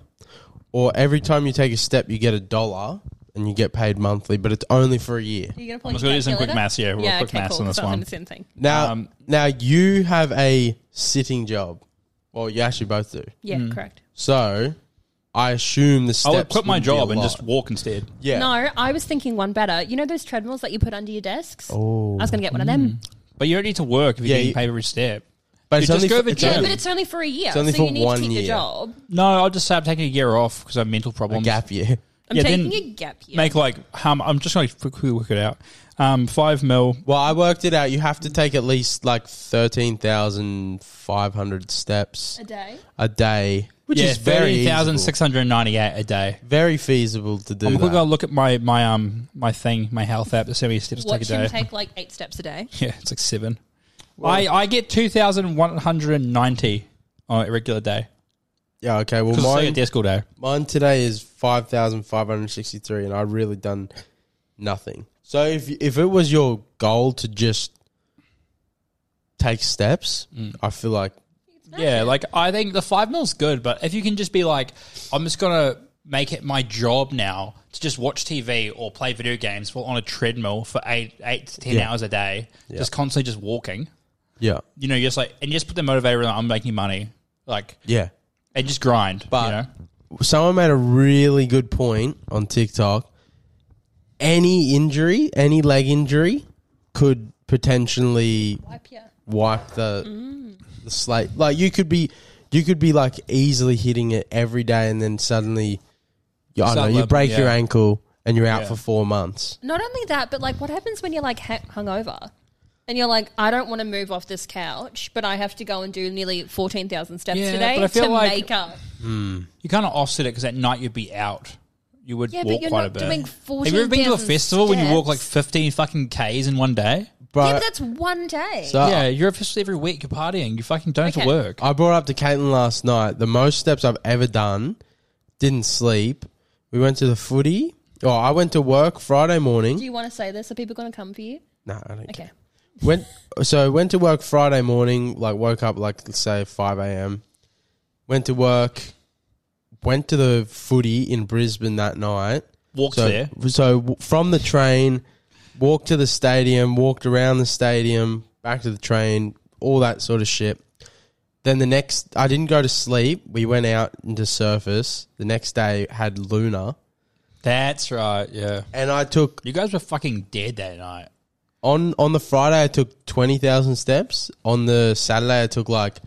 Speaker 1: or every time you take a step, you get a dollar and you get paid monthly, but it's only for a year.
Speaker 3: You're gonna pull.
Speaker 2: I'm just
Speaker 3: your
Speaker 2: going to do some quick
Speaker 3: calculator?
Speaker 2: maths. Yeah, real quick maths on
Speaker 3: cool.
Speaker 2: this
Speaker 3: So I'm
Speaker 2: one.
Speaker 3: The same thing.
Speaker 1: Now,
Speaker 2: Um,
Speaker 1: now you
Speaker 2: Mm.
Speaker 1: have a sitting job. Well, you actually both do.
Speaker 3: Yeah, correct.
Speaker 1: So I assume the
Speaker 2: I
Speaker 1: steps.
Speaker 2: would quit my
Speaker 1: would be a
Speaker 2: job and
Speaker 1: lot.
Speaker 2: just walk instead.
Speaker 1: yeah.
Speaker 3: No, I was thinking one better. You know those treadmills that you put under your desks? Oh. I was going to get one of them.
Speaker 2: But you don't need to work if you're
Speaker 1: Yeah,
Speaker 2: getting
Speaker 1: you-
Speaker 2: paid every step.
Speaker 1: But it's
Speaker 2: Dude,
Speaker 1: only
Speaker 2: just go
Speaker 1: for,
Speaker 2: over
Speaker 1: it's
Speaker 2: Jan.
Speaker 3: Yeah,
Speaker 1: only
Speaker 3: but it's only for a year.
Speaker 1: It's only
Speaker 3: so
Speaker 1: for
Speaker 3: you need
Speaker 1: one
Speaker 3: to keep
Speaker 1: year.
Speaker 3: your job.
Speaker 2: No, I'll just say I'm taking a year off because I have mental
Speaker 1: a
Speaker 2: problems.
Speaker 1: gap year.
Speaker 3: I'm
Speaker 2: Yeah,
Speaker 3: taking
Speaker 2: then
Speaker 3: a gap year.
Speaker 2: Make like um, I'm just going to quickly work it out. Um, five mil.
Speaker 1: Well, I worked it out. You have to take at least like thirteen thousand five hundred steps
Speaker 3: a day.
Speaker 1: a day, which
Speaker 2: yeah,
Speaker 1: is very
Speaker 2: thousand
Speaker 1: easable.
Speaker 2: six hundred ninety eight a day.
Speaker 1: very feasible to do.
Speaker 2: I'm
Speaker 1: that.
Speaker 2: quickly gonna look at my my um my thing, my health app. That's how many steps take a
Speaker 3: Watch
Speaker 2: day.
Speaker 3: him take like eight steps a day.
Speaker 2: yeah, it's like seven. I I get two thousand one hundred ninety on a regular day
Speaker 1: Yeah. Okay. Well,
Speaker 2: because it's like a
Speaker 1: mine
Speaker 2: desk all day.
Speaker 1: mine today is five thousand five hundred sixty three, and I really done nothing. So if if it was your goal to just take steps, I feel like
Speaker 2: Yeah, like I think the five mil's good, but if you can just be like, I'm just gonna make it my job now to just watch TV or play video games while on a treadmill for eight eight to ten
Speaker 1: Yeah.
Speaker 2: hours a day, just constantly just walking.
Speaker 1: yeah,
Speaker 2: You know, just like and just put the motivator that I'm making money, like
Speaker 1: yeah.
Speaker 2: and just grind. But
Speaker 1: But- someone made a really good point on TikTok. Any injury, any leg injury, could potentially
Speaker 3: Wipe your
Speaker 1: wipe the the slate. Like you could be, you could be like easily hitting it every day, and then suddenly, you, I don't know,
Speaker 2: Suddenly,
Speaker 1: you break your
Speaker 2: yeah.
Speaker 1: ankle and you're out
Speaker 2: Yeah.
Speaker 1: for four months.
Speaker 3: Not only that, but like, what happens when you're like ha- hungover, and you're like, I don't want to move off this couch, but I have to go and do nearly fourteen thousand steps
Speaker 2: Yeah,
Speaker 3: today
Speaker 2: but I feel
Speaker 3: to
Speaker 2: like-
Speaker 3: make up.
Speaker 2: you kind of offset it because at night you'd be out. You would
Speaker 3: Yeah, but
Speaker 2: walk
Speaker 3: you're
Speaker 2: quite
Speaker 3: not
Speaker 2: a bit.
Speaker 3: doing
Speaker 2: Have you ever been to a
Speaker 3: 14,000
Speaker 2: festival when you walk like
Speaker 3: steps?
Speaker 2: fifteen fucking k's in one day?
Speaker 1: But
Speaker 3: yeah, but that's one day.
Speaker 1: so
Speaker 2: yeah, you're a festival every week. You're partying. You fucking don't have
Speaker 3: Okay.
Speaker 2: to work.
Speaker 1: I brought up to Caitlin last night the most steps I've ever done. Didn't sleep. We went to the footy. Oh, I went to work Friday morning.
Speaker 3: Do you want to say this? Are people going to come for you?
Speaker 1: no, I don't care.
Speaker 3: Okay.
Speaker 1: went so I went to work Friday morning, like woke up like let's say five AM. Went to work, went to the footy in Brisbane that night.
Speaker 2: Walked
Speaker 1: so,
Speaker 2: there.
Speaker 1: So w- from the train, walked to the stadium, walked around the stadium, back to the train, all that sort of shit. Then the next, I didn't go to sleep. We went out into surface. The next day had Luna,
Speaker 2: That's right. Yeah.
Speaker 1: and I took
Speaker 2: You guys were fucking dead that night.
Speaker 1: on on the Friday I took twenty thousand steps. On the Saturday I took like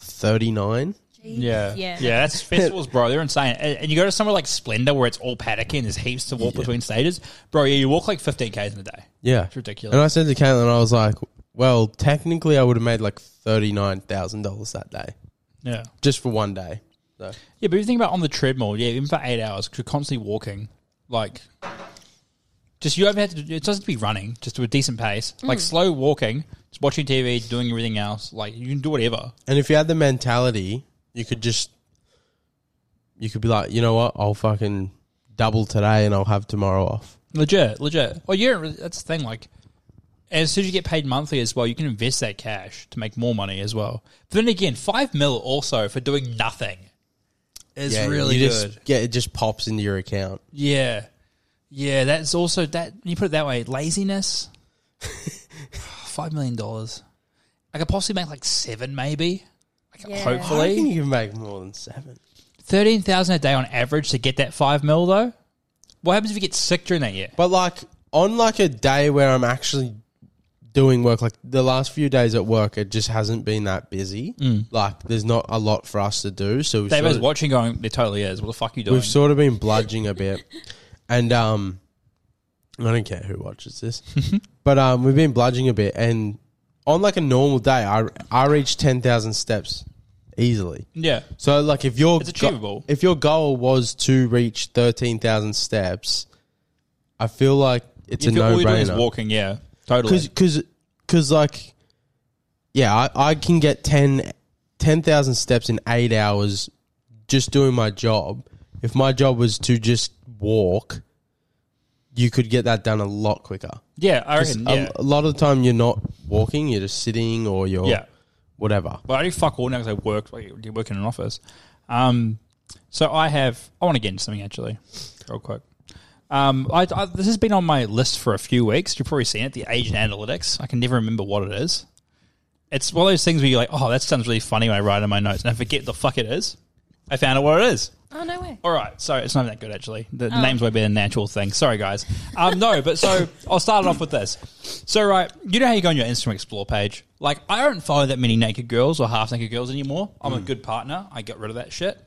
Speaker 1: thirty nine.
Speaker 2: Yeah.
Speaker 3: Yeah.
Speaker 2: Yeah, that's festivals, bro. They're insane. And, and you go to somewhere like Splendor where it's all paddocky and there's heaps to walk between stages. Bro, yeah, you walk like 15Ks in a day.
Speaker 1: Yeah,
Speaker 2: It's ridiculous.
Speaker 1: And I said to Caitlin, I was like, "Well, technically, I would have made like thirty nine thousand dollars that day
Speaker 2: Yeah.
Speaker 1: just for one day." So
Speaker 2: Yeah, but if you think about on the treadmill, yeah, even for eight hours, 'cause you're constantly walking. Like, just you ever had to, do- it doesn't have to be running, just to a decent pace. Like, slow walking, just watching TV, doing everything else. Like, you can do whatever.
Speaker 1: And if you had the mentality, you could just you could be like, you know what, I'll fucking double today and I'll have tomorrow off.
Speaker 2: Legit, legit. Well, yeah, that's the thing. Like, as soon as you get paid monthly as well, you can invest that cash to make more money as well. But then again, five mil also for doing nothing is really
Speaker 1: you
Speaker 2: good.
Speaker 1: Just, yeah, it just pops into your account.
Speaker 2: yeah, yeah. That's also that. You put it that way, laziness. five million dollars. I could possibly make like seven, maybe. Like,
Speaker 3: Yeah.
Speaker 1: I think
Speaker 2: Hopefully,
Speaker 1: you can make more than seven.
Speaker 2: thirteen thousand a day on average to get that five mil though. What happens if you get sick during that year?
Speaker 1: But like on like a day where I'm actually doing work, like the last few days at work, it just hasn't been that busy.
Speaker 2: Mm.
Speaker 1: Like there's not a lot for us to do, so we've,
Speaker 2: David's
Speaker 1: sort of,
Speaker 2: watching, going, "It totally is." What the fuck are you doing?
Speaker 1: we've sort of been bludging a bit, and um, I don't care who watches this, but um, we've been bludging a bit, and on like a normal day, I I reach ten thousand steps easily.
Speaker 2: yeah.
Speaker 1: So like if your
Speaker 2: It's achievable.
Speaker 1: go- if your goal was to reach thirteen thousand steps, I feel like it's
Speaker 2: if
Speaker 1: a
Speaker 2: you're, all you're doing is
Speaker 1: no-brainer.
Speaker 2: walking, yeah, totally.
Speaker 1: because because because like yeah I, I can get 10 10,000 steps in 8 hours just doing my job if my job was to just walk you could get that done a lot quicker
Speaker 2: Yeah, I
Speaker 1: 'Cause
Speaker 2: reckon. Yeah,
Speaker 1: a, a lot of the time you're not walking you're just sitting or you're
Speaker 2: yeah.
Speaker 1: whatever
Speaker 2: But I do fuck all now because I work. Like, you work in an office. Um, so I have. I want to get into something actually, real quick. Um, I, I, this has been on my list for a few weeks. You've probably seen it. The Asian analytics. I can never remember what it is. It's one of those things where you're like, oh, that sounds really funny when I write it in my notes, and I forget the fuck it is. I found out what it is.
Speaker 3: Oh no way.
Speaker 2: All right, so it's not that good actually. The, the name's way better than the actual thing. Sorry, guys. Um, no, but so I'll start it off with this. So, right, you know how you go on your Instagram Explore page? Like, I don't follow that many naked girls or half naked girls anymore. I'm a good partner. I got rid of that shit,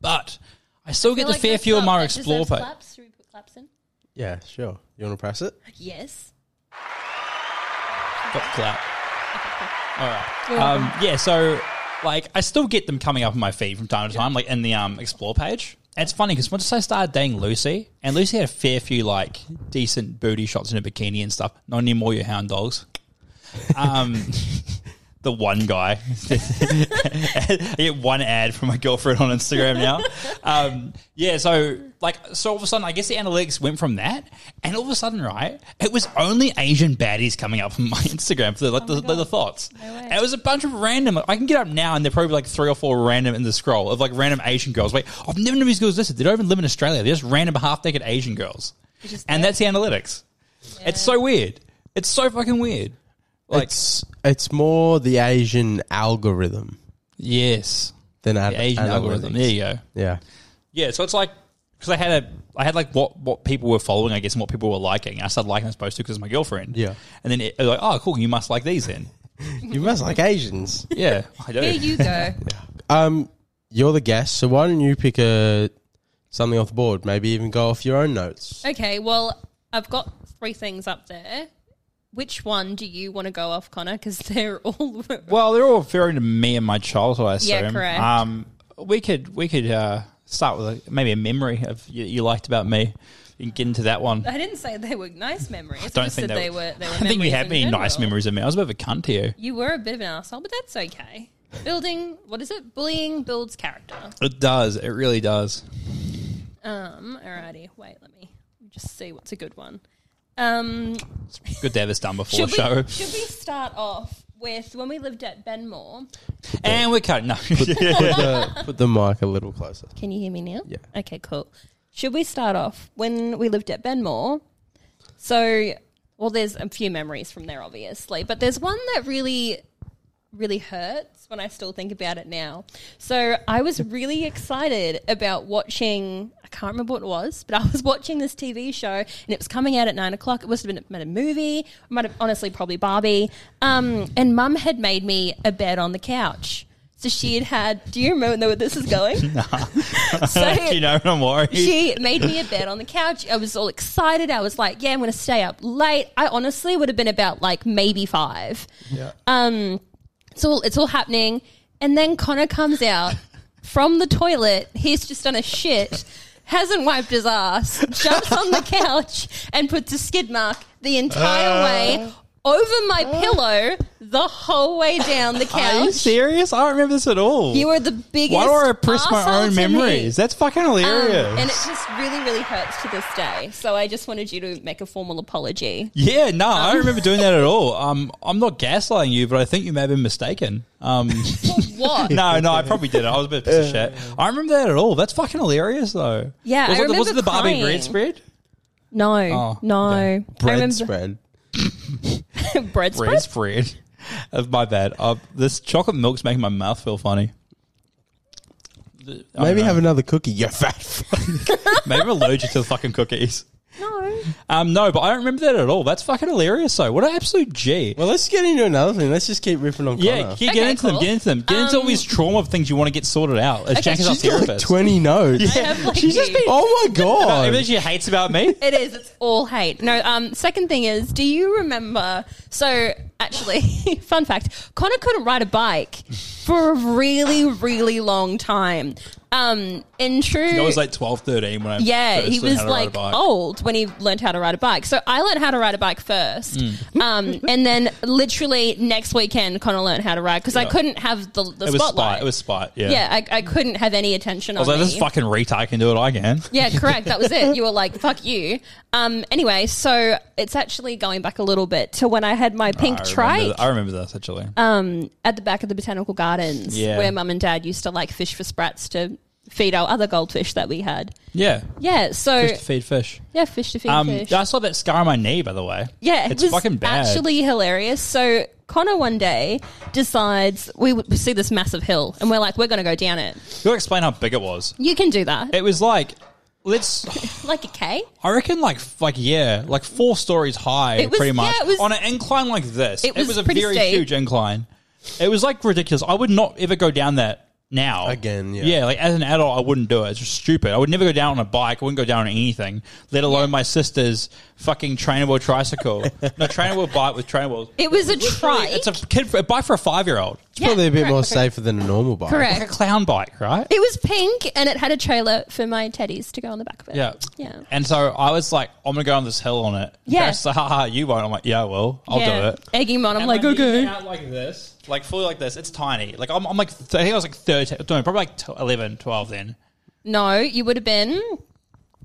Speaker 2: but I still get the fair few of my Explore page.
Speaker 3: Claps. Should we put claps in?
Speaker 1: Yeah, sure. You want to press it?
Speaker 3: Yes.
Speaker 2: Got the clap. All right. Um, yeah. So, like, I still get them coming up on my feed from time to time, like in the um, explore page. And it's funny because once I started dating Lucy, and Lucy had a fair few like decent booty shots in a bikini and stuff. Not anymore, you hound dogs. Um, the one guy. I get one ad from my girlfriend on Instagram now. Um, yeah, so like, so all of a sudden, I guess the analytics went from that, and all of a sudden, right, it was only Asian baddies coming up on my Instagram for the, like,
Speaker 3: Oh my
Speaker 2: the, the
Speaker 3: God.
Speaker 2: thoughts.
Speaker 3: No way.
Speaker 2: And it was a bunch of random. Like, I can get up now, and they're probably like three or four random in the scroll of like random Asian girls. Wait, I've never known these girls this. They don't even live in Australia. They're just random half naked Asian girls,
Speaker 3: It's just
Speaker 2: and
Speaker 3: there.
Speaker 2: that's the analytics. It's so weird. It's so fucking weird. Like,
Speaker 1: it's it's more the Asian algorithm
Speaker 2: yes.
Speaker 1: than ad-
Speaker 2: The Asian
Speaker 1: analytics.
Speaker 2: algorithm. There you go.
Speaker 1: Yeah.
Speaker 2: Yeah, so it's like because I had a I had like what what people were following, I guess, and what people were liking. I started liking this post because of my girlfriend.
Speaker 1: Yeah.
Speaker 2: and then it, it was like, oh, cool, you must like these then.
Speaker 1: You must like Asians.
Speaker 2: Yeah, I do.
Speaker 3: Here you go.
Speaker 1: Um, you're the guest, so why don't you pick a something off the board? Maybe even go off your own notes.
Speaker 3: okay. Well, I've got three things up there. Which one do you want to go off, Connor? Because they're all.
Speaker 2: Well, they're all referring to me and my childhood. I assume.
Speaker 3: Yeah, correct.
Speaker 2: Um, we could we could uh, start with a, maybe a memory of you, you liked about me. You can get into that one.
Speaker 3: I didn't say they were nice memories. I
Speaker 2: Don't
Speaker 3: just
Speaker 2: think
Speaker 3: said
Speaker 2: that-
Speaker 3: they were. They were
Speaker 2: I think we
Speaker 3: memories
Speaker 2: had
Speaker 3: in
Speaker 2: many nice
Speaker 3: general.
Speaker 2: memories of me. I was a bit of a cunt to you.
Speaker 3: You were a bit of an asshole, but that's okay. Building, what is it? Bullying builds character.
Speaker 2: It does. It really does.
Speaker 3: Um, alrighty, wait, let me just see what's a good one. Um,
Speaker 2: Good to have this done before
Speaker 3: should we,
Speaker 2: show.
Speaker 3: should we start off with when we lived at Benmore?
Speaker 2: And we're cut. No.
Speaker 1: Put the, put the mic a little closer.
Speaker 3: Can you hear me now?
Speaker 1: Yeah.
Speaker 3: Okay, cool. Should we start off when we lived at Benmore? So, well, there's a few memories from there, obviously, but there's one that really, really hurts when I still think about it now. So, I was really excited about watching, I can't remember what it was, but I was watching this TV show and it was coming out at nine o'clock. It must have been it might have been a movie, it might have honestly probably Barbie. Um, and mum had made me a bed on the couch. So she had had, do you remember where this is going? so
Speaker 2: you know, I'm worried.
Speaker 3: she made me a bed on the couch. I was all excited. I was like, yeah, I'm going to stay up late. I honestly would have been about like maybe five.
Speaker 1: Yeah.
Speaker 3: Um, it's all it's all happening, and then Connor comes out from the toilet. He's just done a shit, hasn't wiped his ass, jumps on the couch, and puts a skid mark the
Speaker 2: Uh.
Speaker 3: entire way over my pillow the whole way down the
Speaker 2: Are you
Speaker 3: couch.
Speaker 2: serious? I don't remember this at all.
Speaker 3: You are the biggest.
Speaker 2: Why do I repress my
Speaker 3: arsehole
Speaker 2: own
Speaker 3: to me.
Speaker 2: memories? That's fucking
Speaker 3: Um,
Speaker 2: hilarious.
Speaker 3: and it just really, really hurts to this day. So I just wanted you to make a formal apology.
Speaker 2: yeah, no, I don't remember doing that at all. Um, I'm not gaslighting you, but I think you may have been mistaken. Um,
Speaker 3: For what?
Speaker 2: no, no, I probably did. it. I was a bit of a piece of shit. I don't remember that at all. That's fucking hilarious, though.
Speaker 3: Yeah,
Speaker 2: was
Speaker 3: I
Speaker 2: it, the- was it
Speaker 3: remember
Speaker 2: the Barbie
Speaker 3: crying.
Speaker 2: bread spread?
Speaker 3: No,
Speaker 2: Oh,
Speaker 3: no. I
Speaker 1: Bread
Speaker 3: remember-
Speaker 1: spread.
Speaker 2: Bread
Speaker 3: bread spread.
Speaker 2: spread. Uh, my bad. Uh, this chocolate milk's making my mouth feel funny. I don't
Speaker 1: Maybe
Speaker 2: know.
Speaker 1: have another cookie. You fat. fuck.
Speaker 2: maybe I'm allergic to the fucking cookies.
Speaker 3: No.
Speaker 2: Um, no, but I don't remember that at all. That's fucking hilarious, though. What an absolute G.
Speaker 1: well, let's get into another thing. Let's just keep ripping on
Speaker 2: yeah,
Speaker 1: Connor.
Speaker 2: get, get
Speaker 3: Okay,
Speaker 2: into them.
Speaker 3: cool. Um,
Speaker 2: Get into them. Get into all these trauma of things you want to get sorted out. As
Speaker 3: Okay,
Speaker 2: Jack is our
Speaker 1: She's got like
Speaker 2: therapist.
Speaker 1: twenty notes.
Speaker 3: I have like
Speaker 2: She's just
Speaker 3: you.
Speaker 2: been-
Speaker 1: Oh my
Speaker 2: Oh, everything
Speaker 1: god.
Speaker 2: she hates about me.
Speaker 3: It is. It's all hate. No. Um. Second thing is, do you remember? So actually, fun fact: Connor couldn't ride a bike for a really, really long time. Um. In true,
Speaker 2: I was like 12, 13 when I
Speaker 3: Yeah,
Speaker 2: first
Speaker 3: he
Speaker 2: learned how
Speaker 3: was
Speaker 2: to ride a
Speaker 3: like oh,
Speaker 2: bike.
Speaker 3: old when he learned how to ride a bike. So I learned how to ride a bike first,
Speaker 2: Mm.
Speaker 3: um, and then literally next weekend, Connor learned how to ride because I
Speaker 2: Yeah.
Speaker 3: couldn't have the, the
Speaker 2: it was
Speaker 3: spotlight.
Speaker 2: spite. It was spite. Yeah.
Speaker 3: yeah, I, I couldn't have any attention
Speaker 2: I was
Speaker 3: on
Speaker 2: like,
Speaker 3: me.
Speaker 2: this fucking retard can do it. I can.
Speaker 3: Yeah, correct. That was it. You were like, fuck you. Um, anyway, so it's actually going back a little bit to when I had my pink
Speaker 2: I
Speaker 3: trike
Speaker 2: remember, I remember this actually.
Speaker 3: um, at the back of the botanical gardens
Speaker 2: Yeah.
Speaker 3: where mum and dad used to like fish for sprats to feed our other goldfish that we had.
Speaker 2: Yeah.
Speaker 3: Yeah, so
Speaker 2: Fish to feed fish.
Speaker 3: yeah, fish to feed
Speaker 2: Um,
Speaker 3: fish.
Speaker 2: I saw that scar on my knee, by the way.
Speaker 3: Yeah, it
Speaker 2: it's
Speaker 3: was
Speaker 2: fucking bad.
Speaker 3: actually hilarious. So Connor one day decides we, we see this massive hill and we're like, we're going to go down it.
Speaker 2: You'll explain how big it was.
Speaker 3: You can do that,
Speaker 2: It was like, let's.
Speaker 3: like a K.
Speaker 2: I reckon, like, like yeah, like four stories high,
Speaker 3: It was-
Speaker 2: pretty much
Speaker 3: yeah, it was-
Speaker 2: on an incline like this.
Speaker 3: It
Speaker 2: It was,
Speaker 3: was
Speaker 2: a
Speaker 3: pretty
Speaker 2: very
Speaker 3: steep.
Speaker 2: huge incline. It was like ridiculous. I would not ever go down that now
Speaker 1: Again, yeah.
Speaker 2: yeah. Like as an adult, I wouldn't do it. It's just stupid. I would never go down on a bike. I wouldn't go down on anything, let alone my sister's fucking trainable tricycle. no trainable bike with trainable.
Speaker 3: It was a
Speaker 2: Literally,
Speaker 3: trike.
Speaker 2: It's a kid a bike for a five year old.
Speaker 1: It's probably a bit
Speaker 3: correct,
Speaker 1: more
Speaker 3: okay.
Speaker 1: safer than a normal bike.
Speaker 3: Correct.
Speaker 2: Like a clown bike, right?
Speaker 3: It was pink and it had a trailer for my teddies to go on the back of it.
Speaker 2: Yeah.
Speaker 3: Yeah.
Speaker 2: And so I was like, I'm going to go on this hill on it.
Speaker 3: Yeah.
Speaker 2: Barrett's like, ha ha, you won't. I'm like, yeah, I will. I'll
Speaker 3: yeah.
Speaker 2: do it.
Speaker 3: Egging him on. I'm like,
Speaker 2: my knees
Speaker 3: okay.
Speaker 2: went out like this, like fully like this. It's tiny. Like I'm, I'm like, th- I think I was like 13, no, probably like t- 11, 12 then.
Speaker 3: No, you would have been.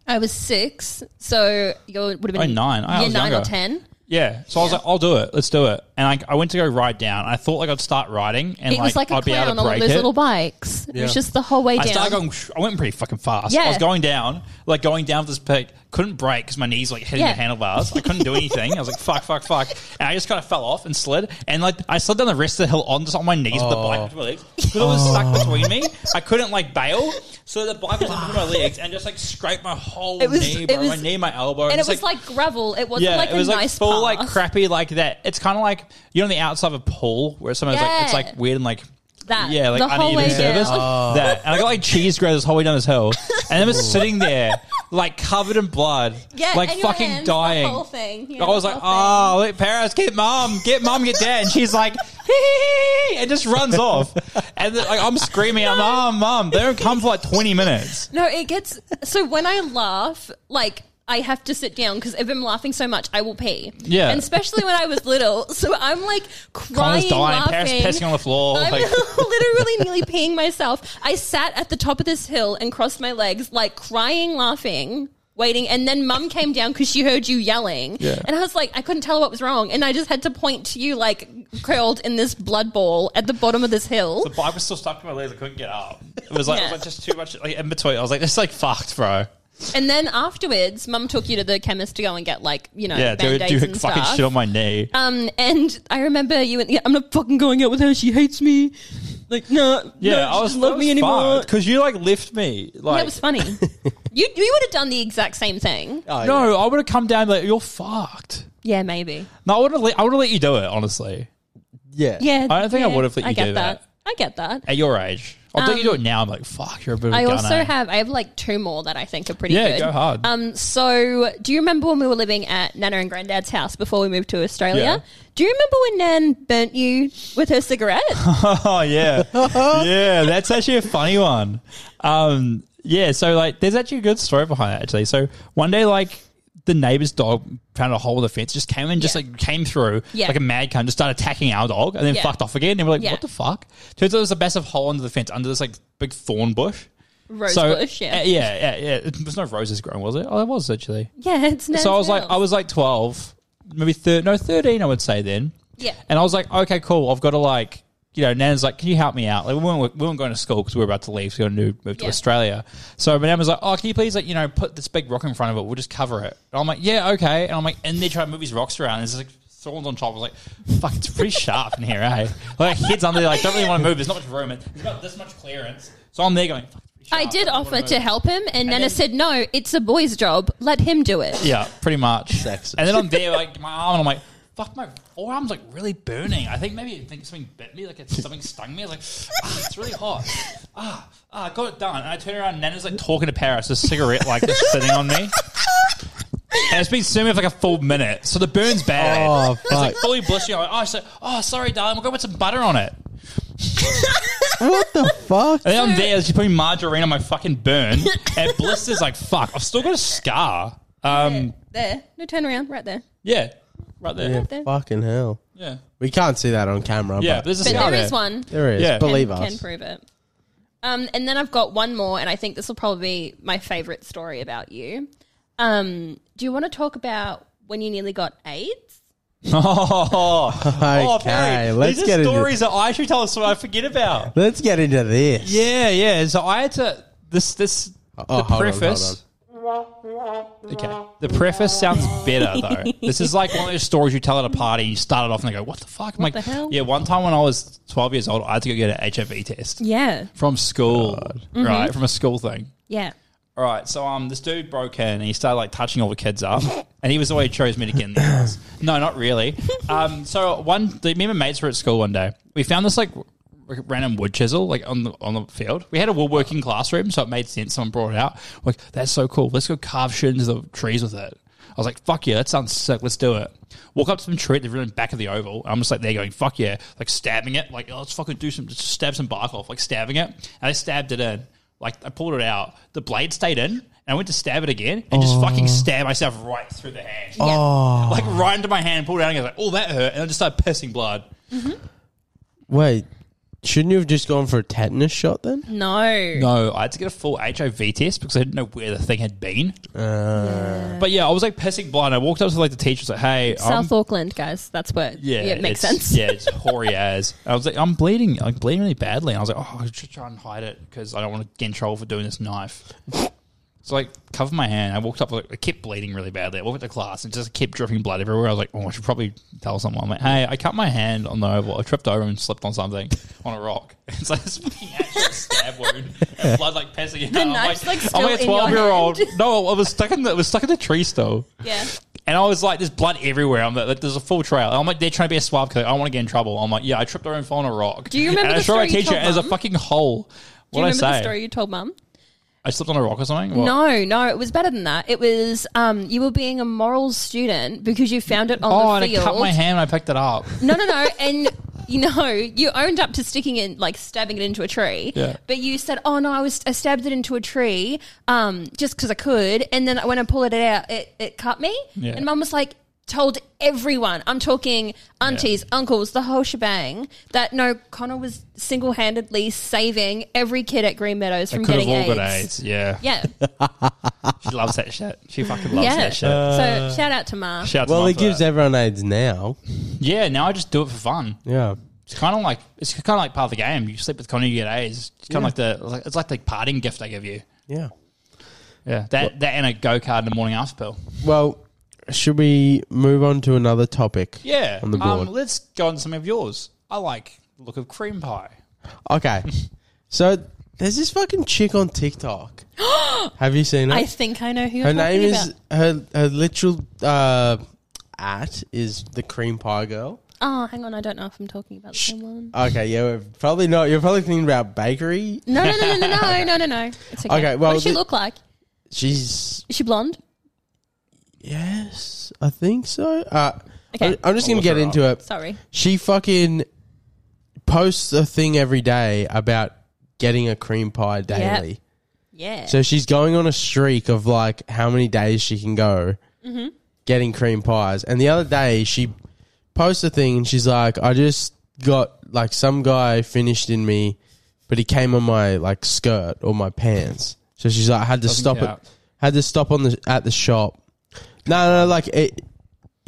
Speaker 3: I was six, so you would have been
Speaker 2: Oh, nine. I
Speaker 3: year
Speaker 2: was
Speaker 3: nine or
Speaker 2: younger.
Speaker 3: ten.
Speaker 2: Yeah. So I was like, I'll do it. Let's do it. And I, I went to go ride down. I thought like I'd start riding and
Speaker 3: It was like a
Speaker 2: I'd be able
Speaker 3: clown
Speaker 2: to
Speaker 3: on all
Speaker 2: break
Speaker 3: those
Speaker 2: it.
Speaker 3: little bikes. It was
Speaker 1: Yeah.
Speaker 3: just the whole way
Speaker 2: I
Speaker 3: down.
Speaker 2: started going. I went pretty fucking fast. I
Speaker 3: Yeah.
Speaker 2: was going down, like going down this peak. Couldn't brake because my knees were, like hitting
Speaker 3: Yeah.
Speaker 2: the handlebars. I couldn't do anything. I was like, fuck, fuck, fuck, and I just kind of fell off and slid. And like I slid down the rest of the hill on just on my knees with the bike between my legs. But it was stuck between me. I couldn't like bail, so the bike was up between my legs and just like scraped my whole
Speaker 3: It was-
Speaker 2: knee,
Speaker 3: it
Speaker 2: bro. my
Speaker 3: was-
Speaker 2: knee, my elbow,
Speaker 3: and it
Speaker 2: Just,
Speaker 3: was like, gravel. It wasn't
Speaker 2: yeah,
Speaker 3: like
Speaker 2: it was
Speaker 3: a
Speaker 2: like
Speaker 3: nice
Speaker 2: full like
Speaker 3: path.
Speaker 2: crappy like that. It's kind of like you're on the outside of a pool where sometimes like it's
Speaker 3: Yeah.
Speaker 2: like weird and like
Speaker 3: That
Speaker 2: yeah, like
Speaker 3: the whole way Oh.
Speaker 2: uneven service.
Speaker 3: down.
Speaker 2: That and I got like cheese grater this whole way down this hill, and I was sitting there like covered in blood,
Speaker 3: Yeah,
Speaker 2: like
Speaker 3: and your
Speaker 2: fucking
Speaker 3: hands, the
Speaker 2: dying.
Speaker 3: whole thing. Yeah,
Speaker 2: I was
Speaker 3: the
Speaker 2: like, oh,
Speaker 3: whole
Speaker 2: look, Paris, get mom, get mom, get dad. And she's like, hee and just runs off. And then, like I'm screaming, I'm mom, mom. They don't come for like 20 minutes.
Speaker 3: No, it gets so when I laugh, like I have to sit down because if I'm laughing so much, I will pee.
Speaker 2: Yeah.
Speaker 3: and especially when I was little, so I'm like
Speaker 2: Connor's
Speaker 3: crying,
Speaker 2: dying, Paris
Speaker 3: laughing.
Speaker 2: pissing on the floor.
Speaker 3: I'm
Speaker 2: like,
Speaker 3: literally nearly peeing myself. I sat at the top of this hill and crossed my legs, like crying, laughing, waiting. And then mum came down because she heard you yelling.
Speaker 2: Yeah.
Speaker 3: And I was like, I couldn't tell what was wrong. And I just had to point to you, like curled in this blood ball at the bottom of this hill.
Speaker 2: The bike was still stuck to my legs. I couldn't get up. It was like, it
Speaker 3: Yeah.
Speaker 2: was like just too much like in between. I was like, this is like fucked, bro.
Speaker 3: And then afterwards, mum took you to the chemist to go and get, like, you know,
Speaker 2: Yeah, dude,
Speaker 3: band aids
Speaker 2: dude
Speaker 3: and
Speaker 2: fucking
Speaker 3: stuff.
Speaker 2: shit on my knee.
Speaker 3: Um, and I remember you went, yeah, I'm not fucking going out with her. She hates me. Like, no, no,
Speaker 2: yeah,
Speaker 3: she
Speaker 2: I was
Speaker 3: doesn't love me anymore.
Speaker 2: because you like left me. Like
Speaker 3: That was funny. you you would have done the exact same thing.
Speaker 1: Oh, yeah.
Speaker 2: no, I would have come down like you're fucked.
Speaker 3: Yeah, maybe.
Speaker 2: No, I would have. Let, I would have let you do it honestly.
Speaker 1: Yeah.
Speaker 3: Yeah,
Speaker 2: I don't think I
Speaker 3: yeah,
Speaker 2: would've let you
Speaker 3: get
Speaker 2: do
Speaker 3: that.
Speaker 2: that.
Speaker 3: I get that.
Speaker 2: At your age, I will think you do it now. I'm like, fuck, you're a bit of a
Speaker 3: Um, I
Speaker 2: gunner.
Speaker 3: also have I have like two more that I think are pretty
Speaker 2: Yeah,
Speaker 3: good.
Speaker 2: go hard.
Speaker 3: Um, so do you remember when we were living at Nana and Granddad's house before we moved to Australia?
Speaker 2: Yeah.
Speaker 3: Do you remember when Nan burnt you with her cigarette?
Speaker 2: oh yeah, yeah. That's actually a funny one. Um, yeah. So like, there's actually a good story behind that actually. So one day, like, the neighbor's dog found a hole in the fence, just came and just
Speaker 3: Yeah.
Speaker 2: like came through
Speaker 3: Yeah.
Speaker 2: like a mad cunt, just started attacking our dog, and then
Speaker 3: Yeah.
Speaker 2: fucked off again. And we're like,
Speaker 3: Yeah.
Speaker 2: what the fuck? Turns out there's a massive hole under the fence, under this like big thorn bush. So-
Speaker 3: Rosebush, yeah.
Speaker 2: uh, yeah, yeah, yeah. It was no roses growing, was it? Oh, there was actually.
Speaker 3: yeah, it's Nan's
Speaker 2: so I was like,
Speaker 3: house.
Speaker 2: I was like twelve, maybe thir- no thirteen, I would say then.
Speaker 3: Yeah.
Speaker 2: And I was like, okay, cool. I've got to like, you know, Nana's like, can you help me out? Like, we weren't, we weren't going to school because we were about to leave. So we were going to move to
Speaker 3: Yeah.
Speaker 2: Australia. So my Nana was like, oh, can you please like, you know, put this big rock in front of it? We'll just cover it. And I'm like, yeah, okay. And I'm like, and they try to move these rocks around. And there's like thorns on top. I was like, fuck, it's pretty sharp in here, eh? Like heads under there, like don't really want to move. There's not much room. There's about this much clearance. So I'm there going. Fuck, it's pretty
Speaker 3: I
Speaker 2: sharp.
Speaker 3: did
Speaker 2: don't wanna
Speaker 3: offer
Speaker 2: move."
Speaker 3: to help him, and, Nana
Speaker 2: then-
Speaker 3: said, "No, it's a boy's job. Let him do it."
Speaker 2: Yeah, pretty much.
Speaker 1: Sexist.
Speaker 2: And then I'm there, like my arm, and I'm like, fuck, my forearm's like really burning. I think maybe I think something bit me, like it's, something stung me. I was like, ah, it's really hot. Ah, ah, I got it done. And I turn around, and Nana's like talking to Paris, a cigarette like just sitting on me. And it's been swimming for like a full minute, so the burn's bad.
Speaker 1: Oh,
Speaker 2: It's like
Speaker 1: fuck.
Speaker 2: fully blistering. I'm like, oh, so, oh, sorry, darling. We'll go put some butter on it.
Speaker 1: What the fuck?
Speaker 2: And then I'm there, she's putting margarine on my fucking burn. And blisters like, fuck, I've still got a scar. Um,
Speaker 3: There, no turn around, right there.
Speaker 2: yeah, right there.
Speaker 1: Yeah,
Speaker 3: then.
Speaker 1: fucking hell.
Speaker 2: Yeah.
Speaker 1: We can't see that on camera.
Speaker 2: Yeah,
Speaker 1: but
Speaker 2: there's a
Speaker 3: But
Speaker 2: scar
Speaker 3: there is one.
Speaker 1: there is.
Speaker 2: Yeah.
Speaker 1: Believe
Speaker 3: can, Can
Speaker 1: us.
Speaker 3: prove it. Um, and then I've got one more, and I think this will probably be my favorite story about you. Um, do you want to talk about when you nearly got AIDS?
Speaker 2: Oh, oh,
Speaker 1: Okay,
Speaker 2: Perry,
Speaker 1: let's
Speaker 2: these
Speaker 1: get
Speaker 2: are
Speaker 1: into-
Speaker 2: stories that I should tell us so I forget about.
Speaker 1: Let's get into this.
Speaker 2: Yeah, yeah. So I had to. This this
Speaker 1: Oh,
Speaker 2: the
Speaker 1: hold on,
Speaker 2: preface. Okay, the preface sounds better though. this is like one of those stories you tell at a party. You start it off and they go, "What the fuck?" I'm
Speaker 3: What
Speaker 2: like,
Speaker 3: the hell?
Speaker 2: "Yeah." One time when I was 12 years old, I had to go get an HIV test
Speaker 3: Yeah. Mm-hmm.
Speaker 2: from school, right? From a school thing.
Speaker 3: Yeah.
Speaker 2: All right, so um, this dude broke in and he started like touching all the kids up, and he was the one who chose me to get in the house. No, not really. Um, so one, the, me and my mates were at school one day. We found this like r- random wood chisel like on the on the field. We had a woodworking classroom, so it made sense. Someone brought it out. We're like that's so cool. Let's go carve shit into the trees with it. I was like, fuck yeah, that sounds sick. Let's do it. Walk up to some tree at the really back of the oval. I'm just like there going, fuck yeah, like stabbing it. Like oh, let's fucking do some, just stab some bark off. Like stabbing it, and I stabbed it in. Like I pulled it out. The blade stayed in. And I went to stab it again and just fucking stab myself right through the hand. Oh. Like right into my hand, pulled it out and I was like, oh, that hurt. And I just started pissing blood.
Speaker 1: Wait, shouldn't you have just gone for a tetanus shot then?
Speaker 3: No.
Speaker 2: No, I had to get a full HIV test because I didn't know where the thing had been.
Speaker 1: Uh,
Speaker 2: But yeah, I was like pissing blood. And I walked up to like the teacher was like, hey, I'm
Speaker 3: South Auckland, guys. That's where
Speaker 2: Yeah,
Speaker 3: yeah, it makes
Speaker 2: it's-
Speaker 3: sense.
Speaker 2: Yeah, it's hoary as. I was like, I'm bleeding, I'm bleeding really badly. And I was like, oh, I should try and hide it because I don't want to get in trouble for doing this knife. So like, cover my hand. I walked up, like, I kept bleeding really badly. I walked to class and just kept dripping blood everywhere. I was like, oh, I should probably tell someone. I'm like, hey, I cut my hand on the oval. I tripped over and slipped on something on a rock. It's like this fucking actual stab wound, and blood like pissing out. I'm
Speaker 3: knife's, like,
Speaker 2: I'm like a
Speaker 3: still
Speaker 2: 12
Speaker 3: in your
Speaker 2: year old.
Speaker 3: hand.
Speaker 2: No, I was stuck in the, it was stuck in the tree still.
Speaker 3: Yeah.
Speaker 2: And I was like, there's blood everywhere. I'm like, there's a full trail. I'm like, they're trying to be a suave because I don't want to get in trouble. I'm like, yeah, I tripped over and fell on a rock.
Speaker 3: Do you remember
Speaker 2: And I
Speaker 3: the
Speaker 2: showed my
Speaker 3: story you
Speaker 2: teacher
Speaker 3: told
Speaker 2: as a
Speaker 3: Mum?
Speaker 2: fucking hole.
Speaker 3: Do you
Speaker 2: What I
Speaker 3: remember the
Speaker 2: say?
Speaker 3: story you told mum?
Speaker 2: I slipped on a rock or something. What?
Speaker 3: No, no, it was better than that. It was um, you were being a moral student because you found it on
Speaker 2: Oh,
Speaker 3: the
Speaker 2: and I
Speaker 3: field.
Speaker 2: cut my hand. and I picked it up.
Speaker 3: No, no, no, and you know you owned up to sticking it, like stabbing it into a tree.
Speaker 2: Yeah.
Speaker 3: But you said, "Oh no, I was I stabbed it into a tree, um, just because I could." And then when I pulled it out, it, it cut me.
Speaker 2: Yeah.
Speaker 3: And mum was like, told everyone. I'm talking aunties, uncles, the whole shebang. That no, Connor was single handedly saving every kid at Green Meadows from
Speaker 2: Could have
Speaker 3: getting
Speaker 2: all
Speaker 3: AIDS.
Speaker 2: got AIDS. Yeah.
Speaker 3: Yeah.
Speaker 2: She loves that shit. She fucking loves
Speaker 3: Yeah.
Speaker 2: that shit.
Speaker 3: so shout out to Ma.
Speaker 2: Shout out to
Speaker 1: Uh, Well,
Speaker 2: Mum
Speaker 1: it
Speaker 2: for
Speaker 1: gives
Speaker 2: that.
Speaker 1: everyone AIDS now.
Speaker 2: Yeah, now I just do it for fun.
Speaker 1: Yeah.
Speaker 2: It's kind of like it's kind of like part of the game. You sleep with Connor, you get AIDS. It's kind of like the like, it's like the parting gift I give you.
Speaker 1: Yeah.
Speaker 2: Yeah, that that and a go kart and a morning after pill.
Speaker 1: Well, should we move on to another topic?
Speaker 2: Yeah.
Speaker 1: On the board.
Speaker 2: Um, let's go on some of yours. I like the look of cream pie.
Speaker 1: Okay. so there's this fucking chick on TikTok. Have you seen her?
Speaker 3: I think I know who you're
Speaker 1: her
Speaker 3: talking
Speaker 1: name
Speaker 3: about.
Speaker 1: is her her literal uh, at is the cream pie girl.
Speaker 3: Oh, hang on, I don't know if I'm talking about someone.
Speaker 1: Okay, yeah, we're probably not. You're probably thinking about bakery.
Speaker 3: No, no, no, no, no, no, no, no, no. It's okay.
Speaker 1: Okay,
Speaker 3: what
Speaker 1: well,
Speaker 3: does she
Speaker 1: the-
Speaker 3: look like?
Speaker 1: She's
Speaker 3: Is she blonde?
Speaker 1: yes, I think so. Uh,
Speaker 3: Okay.
Speaker 1: I, am just
Speaker 2: I'll
Speaker 1: gonna
Speaker 2: look
Speaker 1: get
Speaker 2: her
Speaker 1: into it.
Speaker 3: Sorry.
Speaker 1: She fucking posts a thing every day about getting a cream pie daily.
Speaker 3: Yeah.
Speaker 1: So she's going on a streak of like how many days she can go getting cream pies. And the other day she posts a thing and she's like, I just got like some guy finished in me, but he came on my like skirt or my pants. So she's like, I had to
Speaker 2: Doesn't
Speaker 1: stop
Speaker 2: count.
Speaker 1: it. Had to stop on the at the shop. No, no, like it.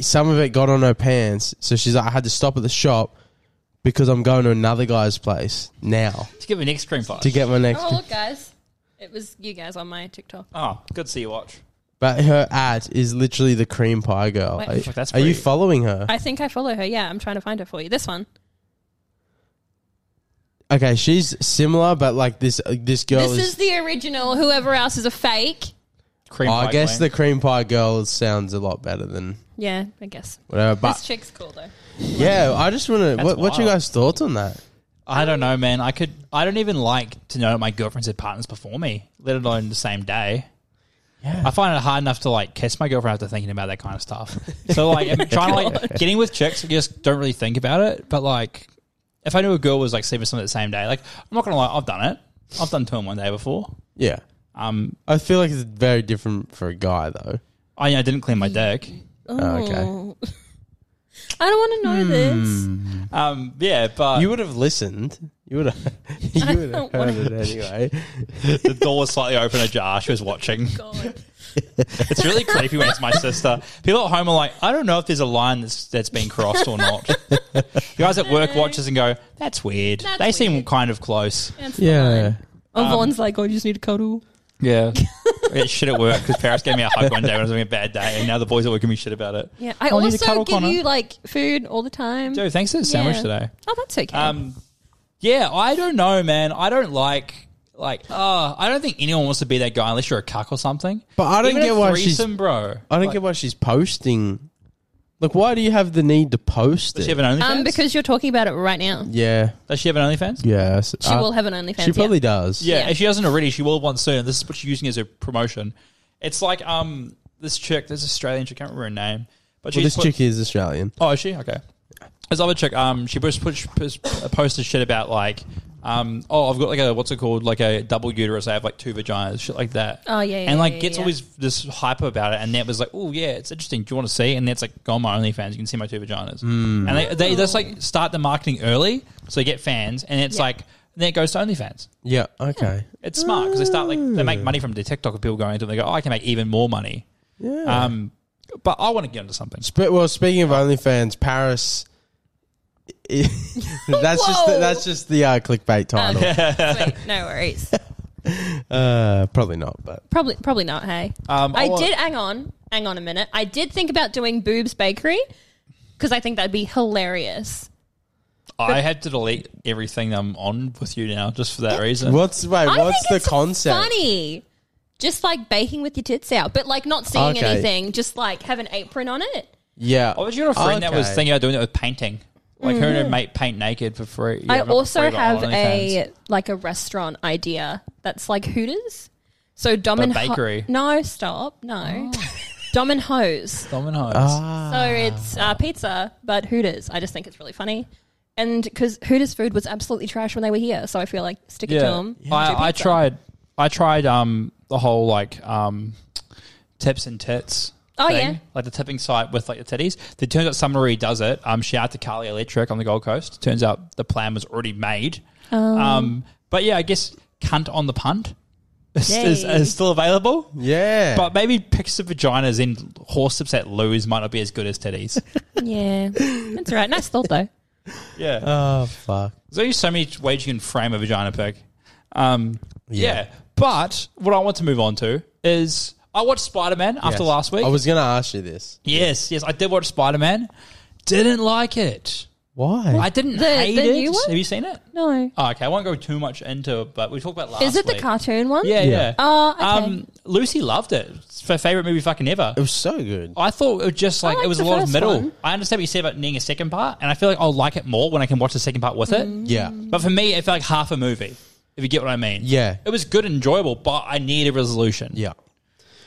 Speaker 1: Some of it got on her pants, so she's like, I had to stop at the shop because I'm going to another guy's place now
Speaker 2: To give me next cream pie.
Speaker 1: to get my next.
Speaker 3: oh, look, guys. It was you guys on my TikTok.
Speaker 2: oh, good to see you watch.
Speaker 1: But her ad is literally the cream pie girl.
Speaker 3: Wait,
Speaker 1: are
Speaker 2: fuck, that's
Speaker 1: are you
Speaker 2: pretty-
Speaker 1: following her?
Speaker 3: I think I follow her. Yeah, I'm trying to find her for you. This one.
Speaker 1: okay, she's similar, but like this uh, this girl
Speaker 3: This
Speaker 1: is.
Speaker 3: is the original. Whoever else is a fake.
Speaker 2: Cream pie.
Speaker 1: I guess
Speaker 2: queen.
Speaker 1: the cream pie girl sounds a lot better than
Speaker 3: Yeah, I guess.
Speaker 1: whatever.
Speaker 3: this
Speaker 1: But
Speaker 3: chick's cool though.
Speaker 1: yeah, I just want to. What, what's your
Speaker 2: wild.
Speaker 1: guys' thoughts on that?
Speaker 2: I don't know, man. I could. I don't even like to know that my girlfriends had partners before me, let alone the same day.
Speaker 1: Yeah.
Speaker 2: I find it hard enough to like kiss my girlfriend after thinking about that kind of stuff. So like, I'm trying to like getting with chicks, I just don't really think about it. But like, if I knew a girl was like sleeping with someone the same day, like I'm not gonna lie, I've done it. I've done two in one day before.
Speaker 1: Yeah,
Speaker 2: Um,
Speaker 1: I feel like it's very different for a guy though. Oh,
Speaker 2: I, I didn't clean my dick.
Speaker 3: Oh.
Speaker 1: okay.
Speaker 3: I don't want to
Speaker 1: Hmm.
Speaker 3: know this.
Speaker 2: Um, yeah, but
Speaker 1: You would have listened. You would have. you would have
Speaker 3: don't
Speaker 1: heard
Speaker 3: wanna-
Speaker 1: it anyway.
Speaker 2: the door was slightly open ajar. She was watching.
Speaker 3: God.
Speaker 2: It's really creepy when it's my sister. People at home are like, I don't know if there's a line that's that's been crossed or not. You guys at work watch us and go, that's weird.
Speaker 3: That's
Speaker 2: they seem
Speaker 3: weird.
Speaker 2: kind of close.
Speaker 3: That's
Speaker 1: Yeah. Um,
Speaker 3: fine. Oh, Vaughn's like, oh, I just need a cuddle.
Speaker 2: Yeah. it's shit at work because Paris gave me a hug one day when I was having a bad day, and now the boys at work give me shit about it.
Speaker 3: Yeah, I
Speaker 2: Oh, I need a
Speaker 3: also
Speaker 2: cuddle,
Speaker 3: give
Speaker 2: Connor.
Speaker 3: you like food all the time.
Speaker 2: Dude, thanks for the sandwich
Speaker 3: Yeah.
Speaker 2: today.
Speaker 3: Oh, that's okay.
Speaker 2: Um, yeah, I don't know, man. I don't like like. Uh, I don't think anyone wants to be that guy unless you're a cuck or something.
Speaker 1: But I don't
Speaker 2: Even
Speaker 1: get
Speaker 2: a
Speaker 1: why she's-
Speaker 2: threesome, bro.
Speaker 1: I don't get why she's posting. Like, why do you have the need to post it?
Speaker 2: Does she have an OnlyFans?
Speaker 3: um, because you're talking about it right now.
Speaker 1: yeah,
Speaker 2: does she have an OnlyFans?
Speaker 1: yeah. She
Speaker 3: She will have an OnlyFans.
Speaker 1: Uh, She probably
Speaker 3: yeah.
Speaker 1: does.
Speaker 2: Yeah,
Speaker 3: Yeah.
Speaker 2: if she doesn't already, she will one soon. This is what she's using as a promotion. It's like um this chick, this Australian chick, I can't remember her name, but
Speaker 1: Well,
Speaker 2: she's
Speaker 1: this
Speaker 2: put-
Speaker 1: chick is Australian.
Speaker 2: Oh, is she? Okay. This other chick, um, she just put, put posted shit about like, um, oh, I've got like a what's it called, like a double uterus. I have like two vaginas, shit like that.
Speaker 3: Oh, yeah, yeah,
Speaker 2: and like
Speaker 3: yeah,
Speaker 2: gets
Speaker 3: yeah.
Speaker 2: always this hype about it, and that was like, oh yeah, it's interesting. Do you want to see? And that's like, go on my OnlyFans, you can see my two vaginas.
Speaker 1: Hmm.
Speaker 2: Mm. And they they just like start the marketing early, so they get fans, and it's
Speaker 3: Yeah.
Speaker 2: like then it goes to OnlyFans.
Speaker 1: Yeah. Okay.
Speaker 2: It's smart because they start like they
Speaker 1: Mm.
Speaker 2: make money from the TikTok of people going into. it. They go, oh, I can make even more money.
Speaker 1: Yeah.
Speaker 2: Um, but I want to get into something.
Speaker 1: Spe- well, speaking of OnlyFans, Paris. that's just the,
Speaker 3: Whoa.
Speaker 1: that's just the uh, clickbait title.
Speaker 3: Sweet, no worries.
Speaker 1: Uh, probably not, but
Speaker 3: Probably, probably not. Hey,
Speaker 2: Um,
Speaker 3: I
Speaker 2: want-
Speaker 3: did. Hang on, hang on a minute. I did think about doing Boobs Bakery because I think that'd be hilarious.
Speaker 2: I had to delete everything I'm on with you now just for that reason.
Speaker 1: what's wait?
Speaker 3: I
Speaker 1: what's
Speaker 3: think
Speaker 1: the
Speaker 3: it's
Speaker 1: concept?
Speaker 3: Funny, just like baking with your tits out, but like not seeing
Speaker 1: Okay.
Speaker 3: anything. Just like have an apron on it.
Speaker 1: Yeah.
Speaker 2: I was you got a friend that was
Speaker 1: Okay. Mm-hmm.
Speaker 2: thinking about doing it with painting. Like her and her mate paint naked for free. Yeah,
Speaker 3: I
Speaker 2: not for
Speaker 3: also
Speaker 2: free, but on
Speaker 3: have
Speaker 2: OnlyFans.
Speaker 3: a like a restaurant idea that's like Hooters. So Dom
Speaker 2: But a
Speaker 3: and
Speaker 2: bakery. Oh.
Speaker 3: no, stop. No. Dom and Hose.
Speaker 2: Domino's.
Speaker 1: Ah.
Speaker 3: So it's uh, pizza, but Hooters. I just think it's really funny. And because Hooters food was absolutely trash when they were here, so I feel like stick it to
Speaker 2: yeah.
Speaker 3: them.
Speaker 2: I, I tried I tried um the whole like um tips and tits.
Speaker 3: Oh,
Speaker 2: thing,
Speaker 3: yeah.
Speaker 2: like the tipping site with like the titties. It turns out someone already does it. Um, shout out to Carly Electric on the Gold Coast. Turns out the plan was already made.
Speaker 3: Oh.
Speaker 2: Um, but yeah, I guess cunt on the punt is, is,
Speaker 3: Yay.
Speaker 2: is still available.
Speaker 1: yeah.
Speaker 2: But maybe pics of vaginas in horse that lose might not be as good as titties.
Speaker 3: Yeah, that's all right. Nice thought though.
Speaker 2: yeah.
Speaker 1: oh fuck.
Speaker 2: There's only so many ways you can frame a vagina pic. Um, yeah.
Speaker 1: Yeah.
Speaker 2: But what I want to move on to is I watched Spider Man after
Speaker 1: Yes.
Speaker 2: last week.
Speaker 1: I was gonna ask you this.
Speaker 2: yes, yes, I did watch Spider Man. Didn't like it.
Speaker 1: Why?
Speaker 2: I didn't
Speaker 3: The-
Speaker 2: hate
Speaker 3: the
Speaker 2: it.
Speaker 3: new one?
Speaker 2: Have you seen it?
Speaker 3: No,
Speaker 2: Oh, okay, I won't go too much into it, but we talked about it last
Speaker 3: is it the
Speaker 2: week.
Speaker 3: cartoon one?
Speaker 2: Yeah, yeah.
Speaker 1: Yeah.
Speaker 3: Oh, okay.
Speaker 2: Um, Lucy loved it. It's her favorite movie fucking ever.
Speaker 1: it was so good.
Speaker 2: I thought it was just like it
Speaker 3: liked
Speaker 2: was a
Speaker 3: the
Speaker 2: lot of
Speaker 3: first
Speaker 2: middle.
Speaker 3: one.
Speaker 2: I understand what you said about needing a second part, and I feel like I'll like it more when I can watch the second part with it.
Speaker 3: Mm.
Speaker 1: yeah.
Speaker 2: But for me, it felt like half a movie, if you get what I mean.
Speaker 1: Yeah.
Speaker 2: It was good and enjoyable, but I need a resolution.
Speaker 1: Yeah.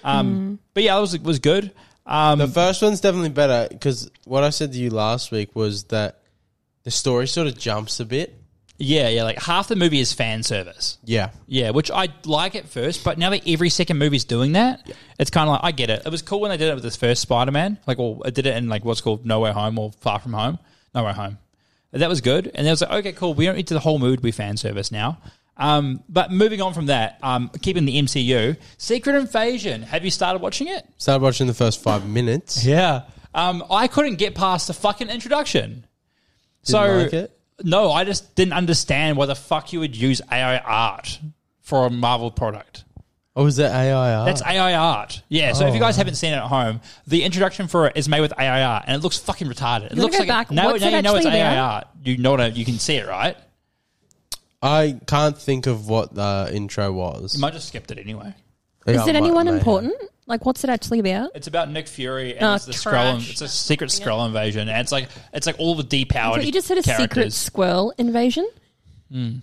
Speaker 2: Um, But yeah, it was, it was good. Um,
Speaker 1: The first one's definitely better because what I said to you last week was that the story sort of jumps a bit.
Speaker 2: yeah, yeah. Like half the movie is fan service.
Speaker 1: Yeah.
Speaker 2: Yeah, which I like at first, but now that every second movie's doing that, it's kind of like I get it. It was cool when they did it with this first Spider Man, like, or I did it in like what's called Nowhere Home or Far From Home, Nowhere Home. That was good, and it was like, okay, cool. We don't need to the whole mood be fan service now. Um, but moving on from that, um, keeping the MCU, Secret Invasion. Have you started watching it?
Speaker 1: Started watching the first five minutes.
Speaker 2: Yeah. Um, I couldn't get past the fucking introduction. so
Speaker 1: like it?
Speaker 2: no, I just didn't understand why the fuck you would use AI art for a Marvel product.
Speaker 1: Oh, is that AIR?
Speaker 2: That's AI art. Yeah. So if
Speaker 1: Oh.
Speaker 2: you guys haven't seen it at home, the introduction for it is made with AI art, and it looks fucking retarded. It
Speaker 3: You wanna
Speaker 2: looks
Speaker 3: go
Speaker 2: like
Speaker 3: back?
Speaker 2: now,
Speaker 3: What's
Speaker 2: now
Speaker 3: it
Speaker 2: you know it's
Speaker 3: actually
Speaker 2: AI
Speaker 3: there?
Speaker 2: art. You know it. You can see it, right?
Speaker 1: I can't think of what the intro was.
Speaker 2: You might just skipped it anyway.
Speaker 3: is it anyone important? Like, what's it actually about?
Speaker 2: It's about Nick Fury and
Speaker 3: Oh,
Speaker 2: it's the
Speaker 3: trash.
Speaker 2: Skrull. in- It's a secret Skrull invasion, and it's like it's like all the depowered.
Speaker 3: But you just had a secret
Speaker 2: characters.
Speaker 3: squirrel invasion.
Speaker 2: Could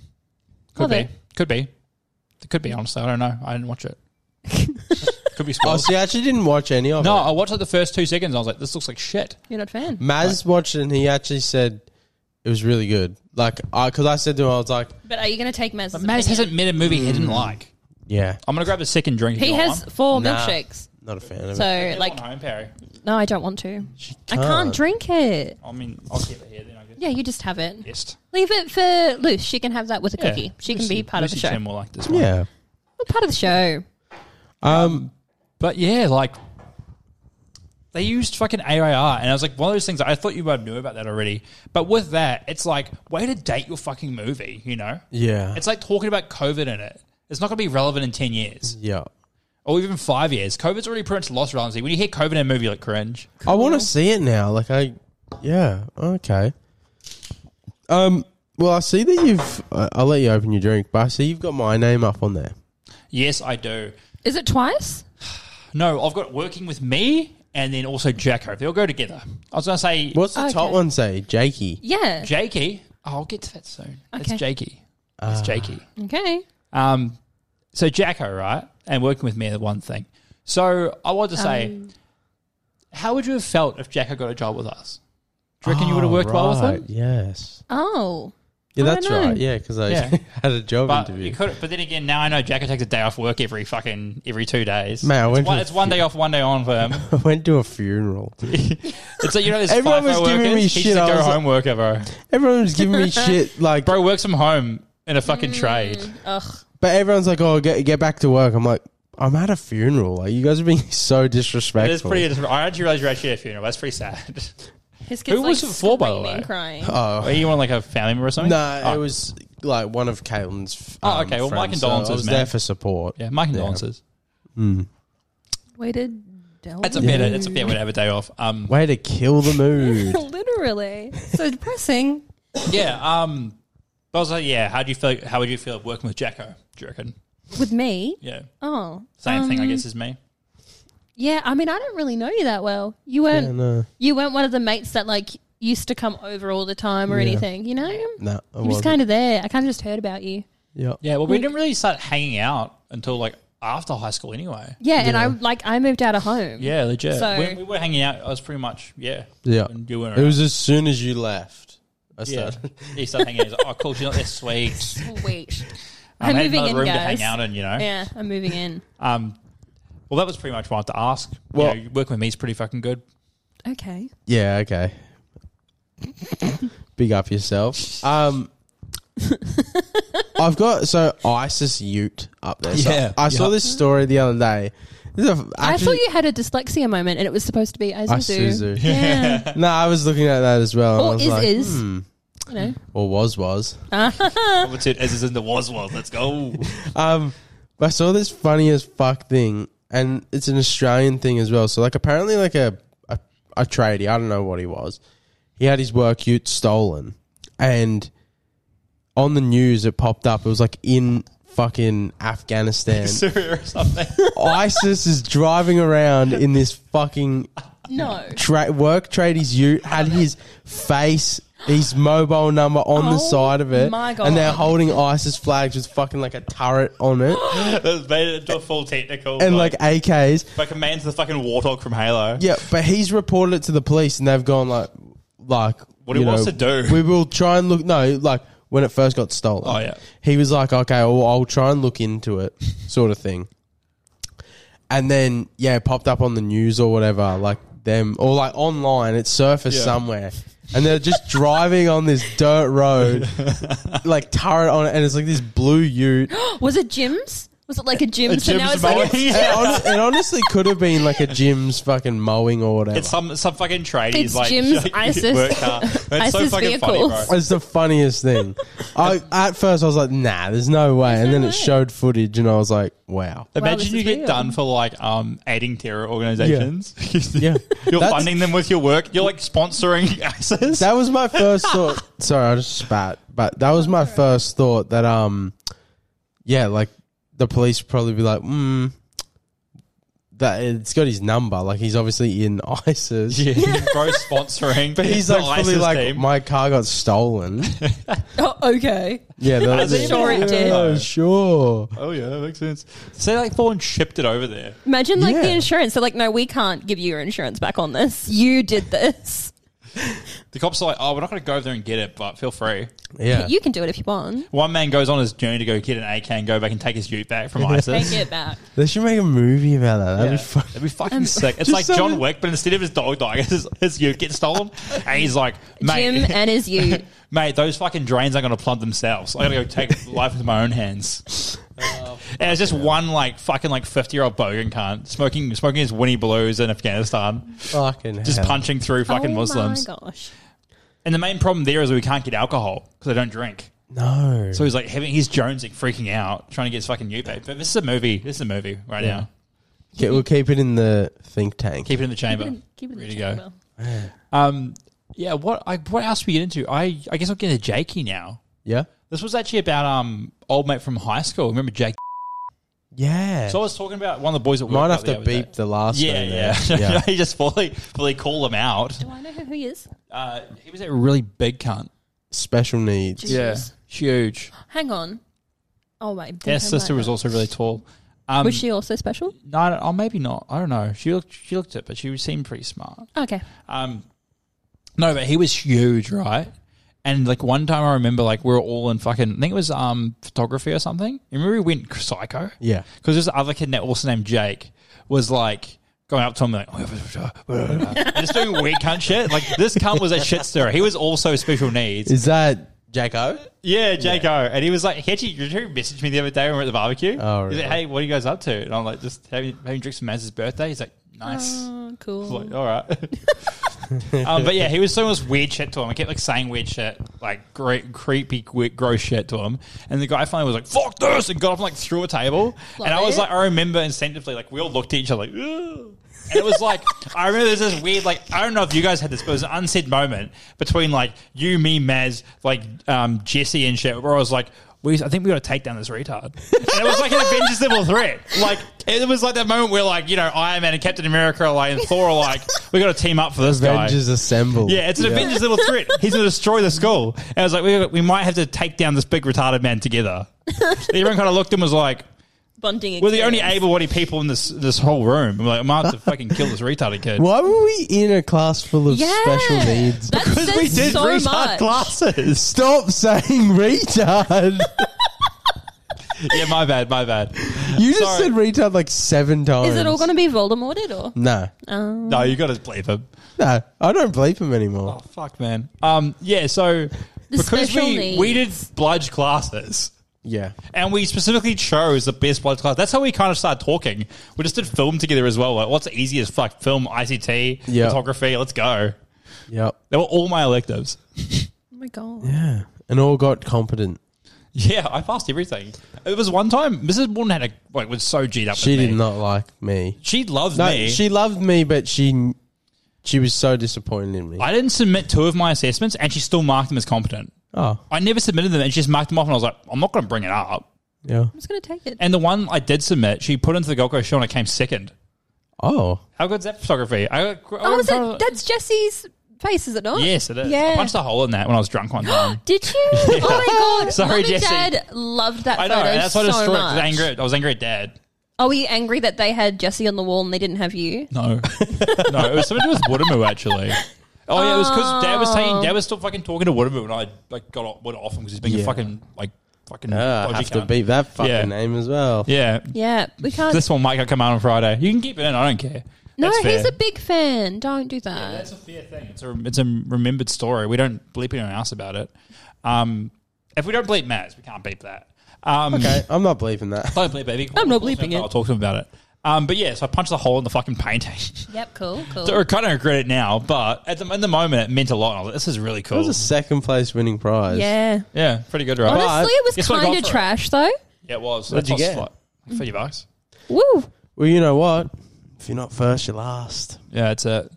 Speaker 3: Love
Speaker 2: be.
Speaker 3: it.
Speaker 2: Could be. It could be, honestly. I don't know. I didn't watch it. could
Speaker 1: Oh,
Speaker 2: be spoilers.
Speaker 1: see, I actually didn't watch any of
Speaker 2: no,
Speaker 1: it.
Speaker 2: I watched like the first two seconds. I was like, this looks like shit.
Speaker 3: You're not a fan.
Speaker 1: Maz watched it and he actually said it was really good. Like, I because I said to him, I was like,
Speaker 3: But are you going to take Maz's?
Speaker 2: Mads hasn't made a movie he didn't like.
Speaker 1: yeah,
Speaker 2: I'm going to grab a second drink. if
Speaker 3: He
Speaker 2: you want
Speaker 3: has four
Speaker 1: Nah.
Speaker 3: milkshakes.
Speaker 1: not a fan of
Speaker 3: So,
Speaker 1: it.
Speaker 2: one.
Speaker 3: like,
Speaker 2: Like, home, Perry.
Speaker 3: no, I don't want to. I
Speaker 1: can't.
Speaker 3: can't drink it.
Speaker 2: I mean, I'll keep it here. Then I get
Speaker 3: Yeah, you just have it.
Speaker 2: pissed.
Speaker 3: Leave it for Luce. She can have that with a
Speaker 2: Yeah.
Speaker 3: cookie. She can
Speaker 2: Lucy-
Speaker 3: be part of
Speaker 2: Lucy
Speaker 3: the show.
Speaker 2: Chen will like this one.
Speaker 1: Yeah.
Speaker 3: Well, part of the show.
Speaker 1: Um.
Speaker 2: But yeah, like they used fucking AIR, and I was like, one of those things. I thought you might knew about that already, but with that, it's like way to date your fucking movie. You know?
Speaker 1: Yeah.
Speaker 2: It's like talking about COVID in it. It's not going to be relevant in 10 years
Speaker 1: Yeah.
Speaker 2: or even five years. COVID's already pretty much lost relevancy. When you hear COVID in a movie, you like cringe.
Speaker 1: I want to see it now. Like I, yeah, okay. Um. Well, I see that you've. I- I'll let you open your drink, but I see you've got my name up on there.
Speaker 2: Yes, I do.
Speaker 3: Is it twice?
Speaker 2: No, I've got working with me and then also Jacko. They all go together. I was going to say
Speaker 1: What's the top
Speaker 3: Okay.
Speaker 1: one say? Jakey.
Speaker 3: Yeah.
Speaker 2: Jakey. Oh, I'll get to that soon. It's
Speaker 3: Okay.
Speaker 2: Jakey.
Speaker 1: Ah.
Speaker 2: It's Jakey.
Speaker 3: okay.
Speaker 2: Um, so Jacko, right, and working with me, the one thing. So I wanted to say,
Speaker 3: Um,
Speaker 2: how would you have felt if Jacko got a job with us? Do you reckon you would have worked well with
Speaker 1: Ah, Right,
Speaker 2: him?
Speaker 1: Yes.
Speaker 3: Oh.
Speaker 1: Yeah,
Speaker 3: I don't
Speaker 1: that's right.
Speaker 3: know.
Speaker 1: Yeah, because I
Speaker 2: Yeah.
Speaker 1: had a job
Speaker 2: But
Speaker 1: interview.
Speaker 2: you could. But then again, now I know Jacko takes a day off work every fucking every two days.
Speaker 1: Mate, I
Speaker 2: it's,
Speaker 1: went
Speaker 2: one,
Speaker 1: to-
Speaker 2: it's one day off, one day on for him.
Speaker 1: I went to a funeral.
Speaker 2: it's like you know, there's
Speaker 1: Everyone
Speaker 2: FIFO
Speaker 1: was giving
Speaker 2: workers,
Speaker 1: me
Speaker 2: he used
Speaker 1: shit.
Speaker 2: to
Speaker 1: I
Speaker 2: go
Speaker 1: was like-
Speaker 2: home worker, bro.
Speaker 1: Everyone was giving me shit. Like,
Speaker 2: Bro works from home in a
Speaker 3: Mm.
Speaker 2: fucking trade.
Speaker 3: Ugh.
Speaker 1: but everyone's like, "Oh, get get back to work." I'm like, I'm at a funeral. Like, you guys are being so
Speaker 2: It is
Speaker 1: disrespectful.
Speaker 2: pretty. I actually realized you're actually at a funeral. That's pretty sad.
Speaker 3: His kids
Speaker 2: Who
Speaker 3: like,
Speaker 2: was it for, by the
Speaker 3: screaming,
Speaker 2: way?
Speaker 3: Crying.
Speaker 1: oh
Speaker 2: Are you on like a family member or something?
Speaker 1: no,
Speaker 2: Oh.
Speaker 1: it was like one of Caitlin's.
Speaker 2: Oh,
Speaker 1: um,
Speaker 2: okay, well, my
Speaker 1: friends, so I
Speaker 2: condolences,
Speaker 1: was
Speaker 2: man.
Speaker 1: there for support.
Speaker 2: Yeah, my condolences.
Speaker 3: Way to delve.
Speaker 2: That's a
Speaker 3: in.
Speaker 2: better. It's a better way to have a day off. Um,
Speaker 1: Way to kill the mood.
Speaker 3: Literally. So depressing.
Speaker 2: yeah. Um, but I was like, yeah. How do you feel? How would you feel working with Jacko? Do you reckon?
Speaker 3: With me.
Speaker 2: Yeah,
Speaker 3: Oh.
Speaker 2: same thing. I
Speaker 3: um,
Speaker 2: guess is me.
Speaker 3: Yeah, I mean, I don't really know you that well. You weren't.
Speaker 1: Yeah, no,
Speaker 3: You weren't one of the mates that like used to come over all the time or
Speaker 1: Yeah.
Speaker 3: anything. You know,
Speaker 1: no, I
Speaker 3: I'm just
Speaker 1: wasn't.
Speaker 3: kind of there. I kind of just heard about you.
Speaker 1: yeah.
Speaker 2: Yeah. Well, we didn't really start hanging out until like after high school, anyway.
Speaker 3: Yeah, and I like I moved out of home.
Speaker 2: Yeah, legit.
Speaker 3: So-
Speaker 2: when we were hanging out, I was pretty much yeah.
Speaker 1: Yeah.
Speaker 2: When you were
Speaker 1: It was as soon as you left. I
Speaker 2: yeah.
Speaker 1: started.
Speaker 2: you start hanging out. It's like, oh, cool. She's not this week.
Speaker 3: Wait.
Speaker 2: I
Speaker 3: I'm
Speaker 2: had
Speaker 3: moving
Speaker 2: another
Speaker 3: in,
Speaker 2: room to
Speaker 3: guys.
Speaker 2: hang out in. You know.
Speaker 3: Yeah, I'm moving in.
Speaker 2: Um. Well, that was pretty much what I wanted to ask.
Speaker 1: Well-
Speaker 2: Well, you know, working with me is pretty fucking good.
Speaker 3: Okay.
Speaker 1: Yeah, okay. Big up yourself. Um I've got so ISIS Ute up there. So
Speaker 2: Yeah,
Speaker 1: I saw
Speaker 2: yeah.
Speaker 1: this story the other day. This is a-
Speaker 3: I thought
Speaker 1: actually-
Speaker 3: you had a dyslexia moment, and it was supposed to be Isuzu.
Speaker 1: Isuzu.
Speaker 3: Yeah.
Speaker 1: No, I was looking at that as well. and I
Speaker 3: or
Speaker 1: was
Speaker 3: is
Speaker 1: like, hmm.
Speaker 3: is. You know.
Speaker 1: Or was was.
Speaker 2: What's it? As is in the was world. Let's go.
Speaker 1: Um, but I saw this funny as fuck thing, and it's an Australian thing as well. So like, apparently, like a a, a tradie, I don't know what he was. He had his work ute stolen, and on the news it popped up. It was like in fucking Afghanistan.
Speaker 2: Syria or something.
Speaker 1: ISIS is driving around in this fucking
Speaker 3: No.
Speaker 1: tra- work tradies ute had his face, his mobile number on the
Speaker 3: Oh
Speaker 1: side of it,
Speaker 3: my
Speaker 1: and they're
Speaker 3: God.
Speaker 1: holding ISIS flags with fucking like a turret on it
Speaker 2: That's made it into a full technical.
Speaker 1: and like AKs.
Speaker 2: like a man's the fucking warthog from Halo.
Speaker 1: Yeah, but he's reported it to the police, and they've gone like, like
Speaker 2: What he
Speaker 1: you
Speaker 2: wants to do.
Speaker 1: We will try and look. No, like when it first got stolen.
Speaker 2: Oh, yeah.
Speaker 1: He was like, okay, well, I'll try and look into it, sort of thing. And then yeah, it popped up on the news or whatever, like them or like online. It surfaced
Speaker 2: Yeah.
Speaker 1: somewhere, and they're just driving on this dirt road, like turret on it, and it's like this blue Ute.
Speaker 3: Was it Jim's? Was it like a Jim's? and now
Speaker 2: Jim's
Speaker 3: it's like
Speaker 2: mowing.
Speaker 3: it's,
Speaker 1: It, hon- it honestly could have been like a Jim's fucking mowing or whatever.
Speaker 2: It's some some fucking tradies
Speaker 3: It's
Speaker 2: like
Speaker 3: Jim's ISIS-
Speaker 2: work car. It's so
Speaker 3: ISIS
Speaker 2: fucking funny,
Speaker 3: vehicles.
Speaker 2: bro.
Speaker 1: It's the funniest thing. I at first I was like, nah, there's no way, and then
Speaker 3: no
Speaker 1: it
Speaker 3: way.
Speaker 1: showed footage, and I was like, wow,
Speaker 2: Imagine
Speaker 3: this
Speaker 2: you
Speaker 3: is
Speaker 2: get
Speaker 3: real.
Speaker 2: done for like um aiding terror organizations.
Speaker 1: yeah.
Speaker 2: You're
Speaker 1: That's-
Speaker 2: funding them with your work. You're like sponsoring ISIS.
Speaker 1: That was my first thought. Sorry, I just spat, but that was my first thought that um, yeah, like the police would probably be like, hmm. That it's got his number, like he's obviously in ISIS.
Speaker 2: yeah, bro, sponsoring.
Speaker 1: But he's
Speaker 2: the
Speaker 1: like fully
Speaker 2: ISIS
Speaker 1: like
Speaker 2: team.
Speaker 1: my car got stolen.
Speaker 3: oh, okay.
Speaker 1: Yeah, they're like,
Speaker 2: it
Speaker 3: Sure it did.
Speaker 1: "Oh, sure.
Speaker 2: oh yeah, that makes sense. So they like fucking shipped it over there.
Speaker 3: Imagine like the
Speaker 1: Yeah.
Speaker 3: insurance. They're like, no, we can't give you your insurance back on this. You did this.
Speaker 2: The cops are like, oh, we're not going to go over there and get it, but feel free.
Speaker 1: Yeah,
Speaker 3: You can do it if you want.
Speaker 2: One man goes on his journey to go get an AK and go back and take his ute back from ISIS.
Speaker 3: Take it back.
Speaker 1: they should make a movie about that. That'd
Speaker 2: Yeah.
Speaker 1: be fun.
Speaker 2: That'd be fucking sick.
Speaker 1: Just
Speaker 2: It's like John
Speaker 1: someone-
Speaker 2: Wick, but instead of his dog dying, his, his ute gets stolen. And he's like, mate,
Speaker 3: Jim and his you.
Speaker 2: mate, those fucking drains aren't going to plumb themselves. I got to go take life into my own hands. and it's just one like fucking like 50 year old bogan cunt smoking, smoking his Winnie Blues in Afghanistan,
Speaker 1: Fucking
Speaker 2: just
Speaker 1: hell.
Speaker 2: punching through fucking Muslims.
Speaker 3: Oh my gosh.
Speaker 2: And the main problem there is we can't get alcohol because they don't drink.
Speaker 1: No.
Speaker 2: So he's like having he's jonesing, freaking out, trying to get his fucking new paid. But this is a movie. This is a movie right now.
Speaker 1: Okay, we'll keep it in the think tank.
Speaker 2: Keep it in the chamber.
Speaker 3: Keep it in, keep it in
Speaker 2: Ready to
Speaker 3: the
Speaker 2: go.
Speaker 3: chamber.
Speaker 2: Um, yeah. What I what else we get into? I I guess I'll get into Jakey now.
Speaker 1: yeah.
Speaker 2: This was actually about um old mate from high school. Remember Jake?
Speaker 1: Yeah.
Speaker 2: So I was talking about one of the boys at work.
Speaker 1: Might
Speaker 2: about
Speaker 1: have
Speaker 2: the
Speaker 1: to
Speaker 2: other
Speaker 1: beep
Speaker 2: day.
Speaker 1: the last
Speaker 2: Yeah,
Speaker 1: one.
Speaker 2: yeah.
Speaker 1: there. yeah.
Speaker 2: he just fully fully called him out.
Speaker 3: Do I know who he is?
Speaker 2: Uh, he was a really big cunt.
Speaker 1: Special needs.
Speaker 3: Jeez. Yeah.
Speaker 2: huge.
Speaker 3: Hang on. Oh wait.
Speaker 2: Their sister was also really tall. Um,
Speaker 3: Was she also special?
Speaker 2: No, I don't- oh, maybe not. I don't know. She looked she looked it, but she seemed pretty smart.
Speaker 3: Okay.
Speaker 2: Um, no, but he was huge, right? And like one time, I remember like we were all in fucking. I think it was um photography or something. You remember we went psycho?
Speaker 1: Yeah.
Speaker 2: because this other kid that also named Jake was like going up to him like "Oh, and just doing weird cunt shit. Like this cunt was a shit stirrer. He was also special needs.
Speaker 1: Is that Jacko?
Speaker 2: Yeah, Jake O. And he was like, he actually, you know, he messaged me the other day when we were at the barbecue.
Speaker 1: Oh,
Speaker 2: He's like,
Speaker 1: really?
Speaker 2: hey, what are you guys up to? And I'm like, just having, having drinks for Maz's birthday. He's like, nice.
Speaker 3: Oh, cool.
Speaker 2: I was like, all right. um, but yeah, he was doing this weird shit to him. I kept like saying weird shit, like great, creepy, weird, gross shit to him. And the guy finally was like, "Fuck this!" and got up and like threw a table. and I was
Speaker 3: Love
Speaker 2: like, I remember instinctively, like we all looked at each other, like, Ugh. and it was like, I remember there's this weird, like, I don't know if you guys had this, but it was an unsaid moment between like you, me, Maz, like um, Jesse and shit, where I was like. We, I think we got to take down this retard. And it was like an Avengers level threat. Like it was like that moment where, like you know, Iron Man and Captain America are like, and Thor are like, we got to team up for this guy.
Speaker 1: Avengers assemble.
Speaker 2: Yeah, it's an Avengers little threat. He's going to destroy the school. And I was like, we, we might have to take down this big retarded man together. Everyone kind of looked and was like,
Speaker 3: Bonding.
Speaker 2: we're the only
Speaker 3: experience.
Speaker 2: able-bodied people in this this whole room. I'm like, I'm out to fucking kill this retarded kid.
Speaker 1: Why were we in a class full of
Speaker 3: Yeah.
Speaker 1: special needs?
Speaker 3: That says so
Speaker 2: retard
Speaker 3: much.
Speaker 2: classes.
Speaker 1: Stop saying retard.
Speaker 2: yeah, my bad, my bad.
Speaker 1: You just
Speaker 2: Sorry.
Speaker 1: said retard like seven times.
Speaker 3: Is it all Oh. going to be Voldemorted or?
Speaker 1: No,
Speaker 2: No, you got to believe him.
Speaker 1: no, I don't bleep him anymore.
Speaker 2: Oh fuck, man. Um, yeah. So because
Speaker 3: special
Speaker 2: we
Speaker 3: needs.
Speaker 2: we did bludge classes.
Speaker 1: Yeah,
Speaker 2: And we specifically chose the best blood class. That's how we kind of started talking. We just did film together as well. Like, what's the easiest? Fuck, film, ICT,
Speaker 1: Yeah.
Speaker 2: photography. Let's go.
Speaker 1: yep,
Speaker 2: They were all my electives.
Speaker 3: Oh my god.
Speaker 1: yeah, and all got competent.
Speaker 2: Yeah, I passed everything. It was one time Mrs. Bourne had a like was so G'd up.
Speaker 1: She
Speaker 2: with
Speaker 1: did
Speaker 2: me.
Speaker 1: not like me.
Speaker 2: She loved
Speaker 1: No,
Speaker 2: me.
Speaker 1: she loved me, but she she was so disappointed in me.
Speaker 2: I didn't submit two of my assessments, and she still marked them as competent.
Speaker 1: oh,
Speaker 2: I never submitted them, and she just marked them off. And I was like, I'm not going to bring it up.
Speaker 1: yeah.
Speaker 3: I'm just going to take it.
Speaker 2: And the one I did submit, she put into the Gold Coast show, and I came second.
Speaker 1: Oh,
Speaker 2: How good's that photography? I, I
Speaker 3: oh, is it, that's Jesse's face, is it not?
Speaker 2: yes, it is.
Speaker 3: Yeah.
Speaker 2: I punched a hole in that when I was drunk one time.
Speaker 3: Did you? Oh my god.
Speaker 2: Sorry,
Speaker 3: Mum and
Speaker 2: Jesse.
Speaker 3: Dad loved that
Speaker 2: I know,
Speaker 3: photo
Speaker 2: and that's why I
Speaker 3: so
Speaker 2: destroyed. it, 'cause
Speaker 3: much.
Speaker 2: I, angry at- I was angry at dad.
Speaker 3: Are we angry that they had Jesse on the wall and they didn't have you?
Speaker 2: No, no, it was something to do with Watermoo actually. Oh yeah, it was because dad was
Speaker 3: Oh.
Speaker 2: saying dad was still fucking talking to Watermoo, and I like got off, went off him because he's being a
Speaker 1: Yeah.
Speaker 2: fucking like fucking.
Speaker 1: Ah,
Speaker 2: dodgy
Speaker 1: I have to
Speaker 2: cunt.
Speaker 1: beat that fucking
Speaker 2: Yeah.
Speaker 1: name as well.
Speaker 2: Yeah,
Speaker 3: Yeah, we can't.
Speaker 2: this one might come out on Friday. You can keep it in. I don't care.
Speaker 3: no,
Speaker 2: That's
Speaker 3: he's
Speaker 2: fair.
Speaker 3: a big fan. Don't do that.
Speaker 2: That's a fair thing. Uh, It's a it's a remembered story. We don't bleep anyone else about it. Um, if we don't bleep Maz, we can't beep that. Um,
Speaker 1: Okay, I'm not bleeping that.
Speaker 2: Don't bleep, baby.
Speaker 3: I'm not bleeping it.
Speaker 2: I'll talk to him about it. Um, but yeah, so I punched a hole in the fucking painting.
Speaker 3: Yep, cool, cool.
Speaker 2: So I kind of regret it now, but at the in the moment it meant a lot. I was like, this is really
Speaker 1: That was
Speaker 2: cool.
Speaker 1: a second place winning prize.
Speaker 3: yeah.
Speaker 2: yeah, pretty good, right?
Speaker 3: Honestly, it was
Speaker 2: Guess what I got
Speaker 3: kind of
Speaker 2: for it?
Speaker 3: trash, though.
Speaker 2: yeah, it was.
Speaker 1: What'd
Speaker 2: That's
Speaker 1: you
Speaker 2: what's
Speaker 1: get?
Speaker 2: like Fifty bucks.
Speaker 3: Woo.
Speaker 1: Well, you know what? If you're not first, you're last.
Speaker 2: Yeah, that's it.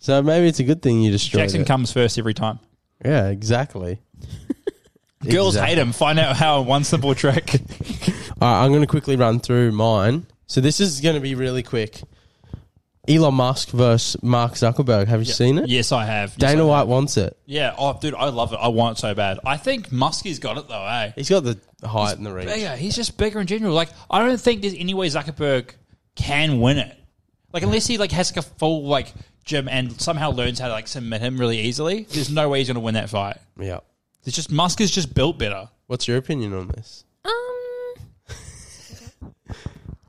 Speaker 1: So maybe it's a good thing you destroyed
Speaker 2: Jackson
Speaker 1: it.
Speaker 2: comes first every time.
Speaker 1: yeah, exactly.
Speaker 2: Girls
Speaker 1: Exactly.
Speaker 2: hate him. Find out how in one simple trick.
Speaker 1: All right, I'm going to quickly run through mine. So this is going to be really quick. Elon Musk versus Mark Zuckerberg. Have you seen it?
Speaker 2: yes, I have. Yes,
Speaker 1: Dana
Speaker 2: I-
Speaker 1: White wants it.
Speaker 2: yeah. Oh, dude, I love it. I want it so bad. I think Muskie's got it though. Eh?
Speaker 1: He's got the height and the reach.
Speaker 2: bigger. He's just bigger in general. Like I don't think there's any way Zuckerberg can win it. Like unless he like has like a full like gym and somehow learns how to like submit him really easily. There's no way he's gonna win that fight.
Speaker 1: Yeah.
Speaker 2: It's just Musk is just built better.
Speaker 1: What's your opinion on this?
Speaker 3: Um,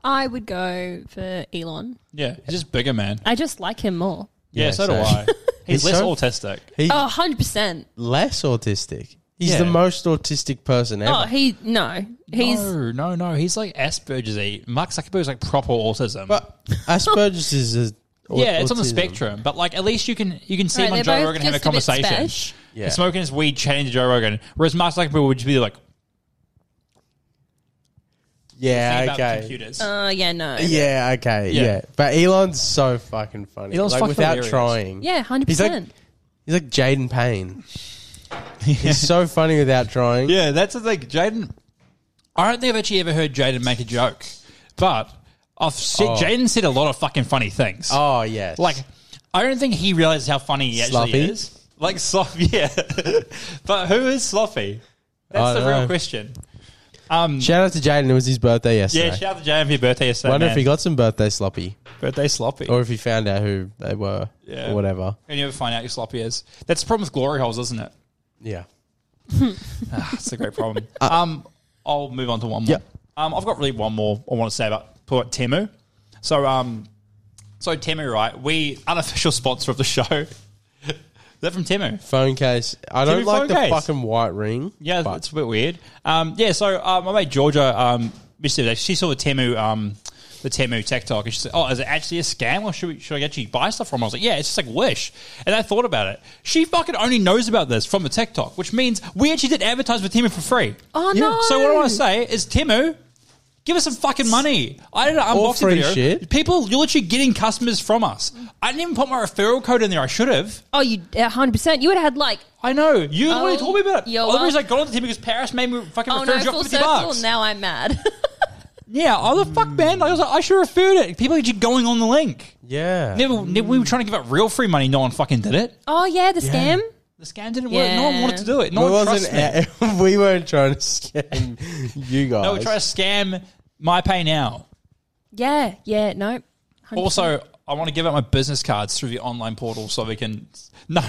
Speaker 3: I would go for Elon.
Speaker 2: Yeah, he's just bigger man.
Speaker 3: I just like him more.
Speaker 2: Yeah,
Speaker 1: Yeah,
Speaker 2: so do
Speaker 1: same.
Speaker 2: I. He's,
Speaker 1: He's
Speaker 2: less
Speaker 1: so-
Speaker 2: autistic.
Speaker 1: He's
Speaker 3: Oh, 100%.
Speaker 1: less autistic. He's
Speaker 2: Yeah.
Speaker 1: the most autistic person ever.
Speaker 3: Oh, he, no. He's,
Speaker 2: no, no, no. He's like Asperger's. eh? Mark Zuckerberg's like proper autism.
Speaker 1: but Asperger's is a au-
Speaker 2: yeah, it's on the
Speaker 1: autism.
Speaker 2: spectrum. But like, at least you can you can see
Speaker 3: Right,
Speaker 2: him on
Speaker 3: they're
Speaker 2: Joe
Speaker 3: both
Speaker 2: Rogan and have a
Speaker 3: just a bit
Speaker 2: conversation.
Speaker 3: spesh.
Speaker 1: Yeah.
Speaker 2: He's smoking his weed, chatting to Joe Rogan. Whereas Mark Zuckerberg would just be like,
Speaker 1: Yeah,
Speaker 2: about
Speaker 1: okay.
Speaker 2: computers.
Speaker 3: Uh, yeah, no.
Speaker 1: Yeah, okay, yeah.
Speaker 2: Yeah.
Speaker 1: But Elon's so fucking funny.
Speaker 2: Elon's
Speaker 1: like
Speaker 2: fucking
Speaker 1: without
Speaker 2: hilarious.
Speaker 1: trying.
Speaker 3: Yeah, 100%.
Speaker 1: He's like he's like Jaden Payne. He's so funny without trying.
Speaker 2: Yeah, that's the thing. Jaden, I don't think I've actually ever heard Jaden make a joke, but I've said,
Speaker 1: Oh.
Speaker 2: Jaden said a lot of fucking funny things.
Speaker 1: Oh yes.
Speaker 2: Like, I don't think he realizes how funny he actually
Speaker 1: Sloppy?
Speaker 2: is. Like sloppy, yeah. but who is sloppy?
Speaker 1: I
Speaker 2: That's the
Speaker 1: don't
Speaker 2: real
Speaker 1: know.
Speaker 2: question. Um,
Speaker 1: shout out to Jaden, it was his birthday yesterday.
Speaker 2: yeah, shout out to Jaden for your birthday yesterday.
Speaker 1: Wonder
Speaker 2: man.
Speaker 1: if he got some birthday sloppy.
Speaker 2: birthday sloppy.
Speaker 1: Or if he found out who they were.
Speaker 2: Yeah.
Speaker 1: Or whatever.
Speaker 2: and you ever find out your sloppy is. That's the problem with glory holes, isn't it?
Speaker 1: Yeah.
Speaker 2: That's a great problem. um, I'll move on to one more.
Speaker 1: Yeah.
Speaker 2: Um, I've got really one more I want to say about put Temu. So um, so Temu, right? We unofficial sponsor of the show. is that from Temu?
Speaker 1: Phone case. I don't
Speaker 2: Timmy
Speaker 1: like
Speaker 2: phone
Speaker 1: the
Speaker 2: case.
Speaker 1: fucking white ring.
Speaker 2: Yeah,
Speaker 1: but
Speaker 2: it's a bit weird. Um, yeah, so uh, my mate Georgia, um, yesterday, she saw the Temu, um, the Temu TikTok, and she said, "Oh, is it actually a scam, or should, we, should I actually buy stuff from?" her?" I was like, "Yeah, it's just like Wish." And I thought about it. She fucking only knows about this from the TikTok, which means we actually did advertise with Temu for free.
Speaker 3: oh,
Speaker 1: Yeah.
Speaker 3: no.
Speaker 2: So what I want to say is, Timu, give us some fucking money. I did an unboxing
Speaker 1: Or free
Speaker 2: video.
Speaker 1: shit.
Speaker 2: People, you're literally getting customers from us. I didn't even put my referral code in there. I should have.
Speaker 3: Oh, you yeah, 100%. You would have had like,
Speaker 2: I know. You the one who
Speaker 3: Oh,
Speaker 2: told me about it.
Speaker 3: you're
Speaker 2: All the reason I
Speaker 3: welcome.
Speaker 2: got onto Timu because Paris made me fucking
Speaker 3: oh
Speaker 2: refer
Speaker 3: no,
Speaker 2: you
Speaker 3: full
Speaker 2: for 50
Speaker 3: circle.
Speaker 2: bucks.
Speaker 3: Now I'm mad.
Speaker 2: Yeah. Oh, the fuck, man. I was like, I should have referred it. People are just going on the link.
Speaker 1: Yeah.
Speaker 2: Never, never- we were trying to give out real free money. No one fucking did it.
Speaker 3: oh, yeah, the scam.
Speaker 2: The scam didn't work. No one
Speaker 3: Yeah.
Speaker 2: wanted to do it. No
Speaker 1: we,
Speaker 2: one trusted
Speaker 1: wasn't,
Speaker 2: me.
Speaker 1: we weren't trying to scam you guys.
Speaker 2: no, we tried to scam my pay now.
Speaker 3: Yeah, yeah, no. 100%.
Speaker 2: Also, I want to give out my business cards through the online portal so we can. No,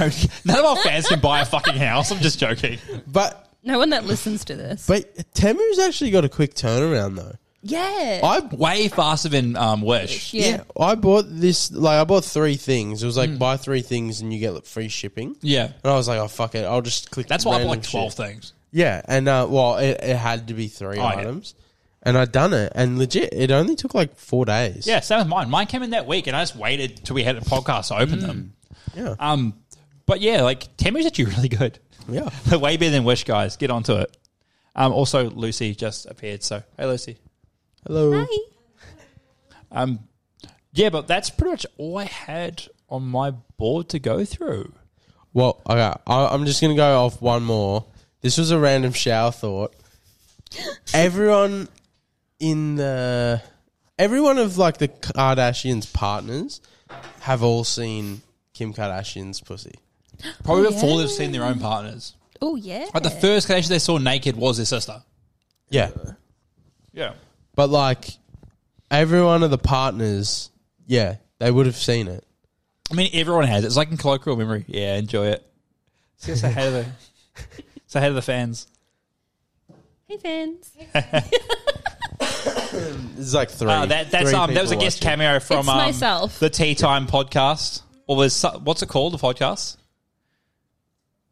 Speaker 2: none of our fans can buy a fucking house. I'm just joking.
Speaker 1: but
Speaker 3: no one that listens to this.
Speaker 1: but Temu's actually got a quick turnaround though.
Speaker 3: yeah.
Speaker 1: I
Speaker 2: Way faster than um, Wish.
Speaker 1: yeah.
Speaker 3: yeah.
Speaker 1: I bought this like I bought three things. It was like buy three things and you get like, free shipping.
Speaker 2: Hmm. Yeah.
Speaker 1: And I was like, oh fuck it, I'll just click.
Speaker 2: That's why I bought like
Speaker 1: random
Speaker 2: 12
Speaker 1: shit.
Speaker 2: things.
Speaker 1: Yeah, and uh, well, it, it had to be three
Speaker 2: yeah.
Speaker 1: items, and I'd done it, and legit, it only took like four days.
Speaker 2: Yeah, same with mine. Mine came in that week and I just waited till we had a podcast to open them.
Speaker 1: yeah,
Speaker 3: Mm.
Speaker 2: Um, but yeah, like Temu's actually really good.
Speaker 1: yeah.
Speaker 2: Way better than Wish, guys. Get onto it. Um, also, Lucy just appeared. So, hey, Lucy.
Speaker 1: Hello.
Speaker 3: Hi.
Speaker 2: Um, yeah, but that's pretty much all I had on my board to go through.
Speaker 1: Well, okay, I, I'm just gonna go off one more. This was a random shower thought. Everyone in the everyone of like the Kardashians partners have all seen Kim Kardashian's pussy.
Speaker 2: Probably
Speaker 3: Oh,
Speaker 2: before
Speaker 3: yeah.
Speaker 2: they've seen their own partners.
Speaker 3: Oh, yeah.
Speaker 2: Like the first connection they saw naked was their sister.
Speaker 1: Yeah,
Speaker 2: Yeah.
Speaker 1: but like every one of the partners, yeah, they would have seen it.
Speaker 2: I mean, everyone has. it. It's like in colloquial memory. Yeah, enjoy it. Say say hey to the, say hey to the fans.
Speaker 3: hey, fans.
Speaker 1: It's like three.
Speaker 2: Uh, that that's
Speaker 1: three
Speaker 2: um that was a
Speaker 1: people
Speaker 2: guest
Speaker 1: watching.
Speaker 2: cameo from
Speaker 3: It's
Speaker 2: um,
Speaker 3: myself.
Speaker 2: the Tea Time podcast. Or was so- what's it called? The podcast.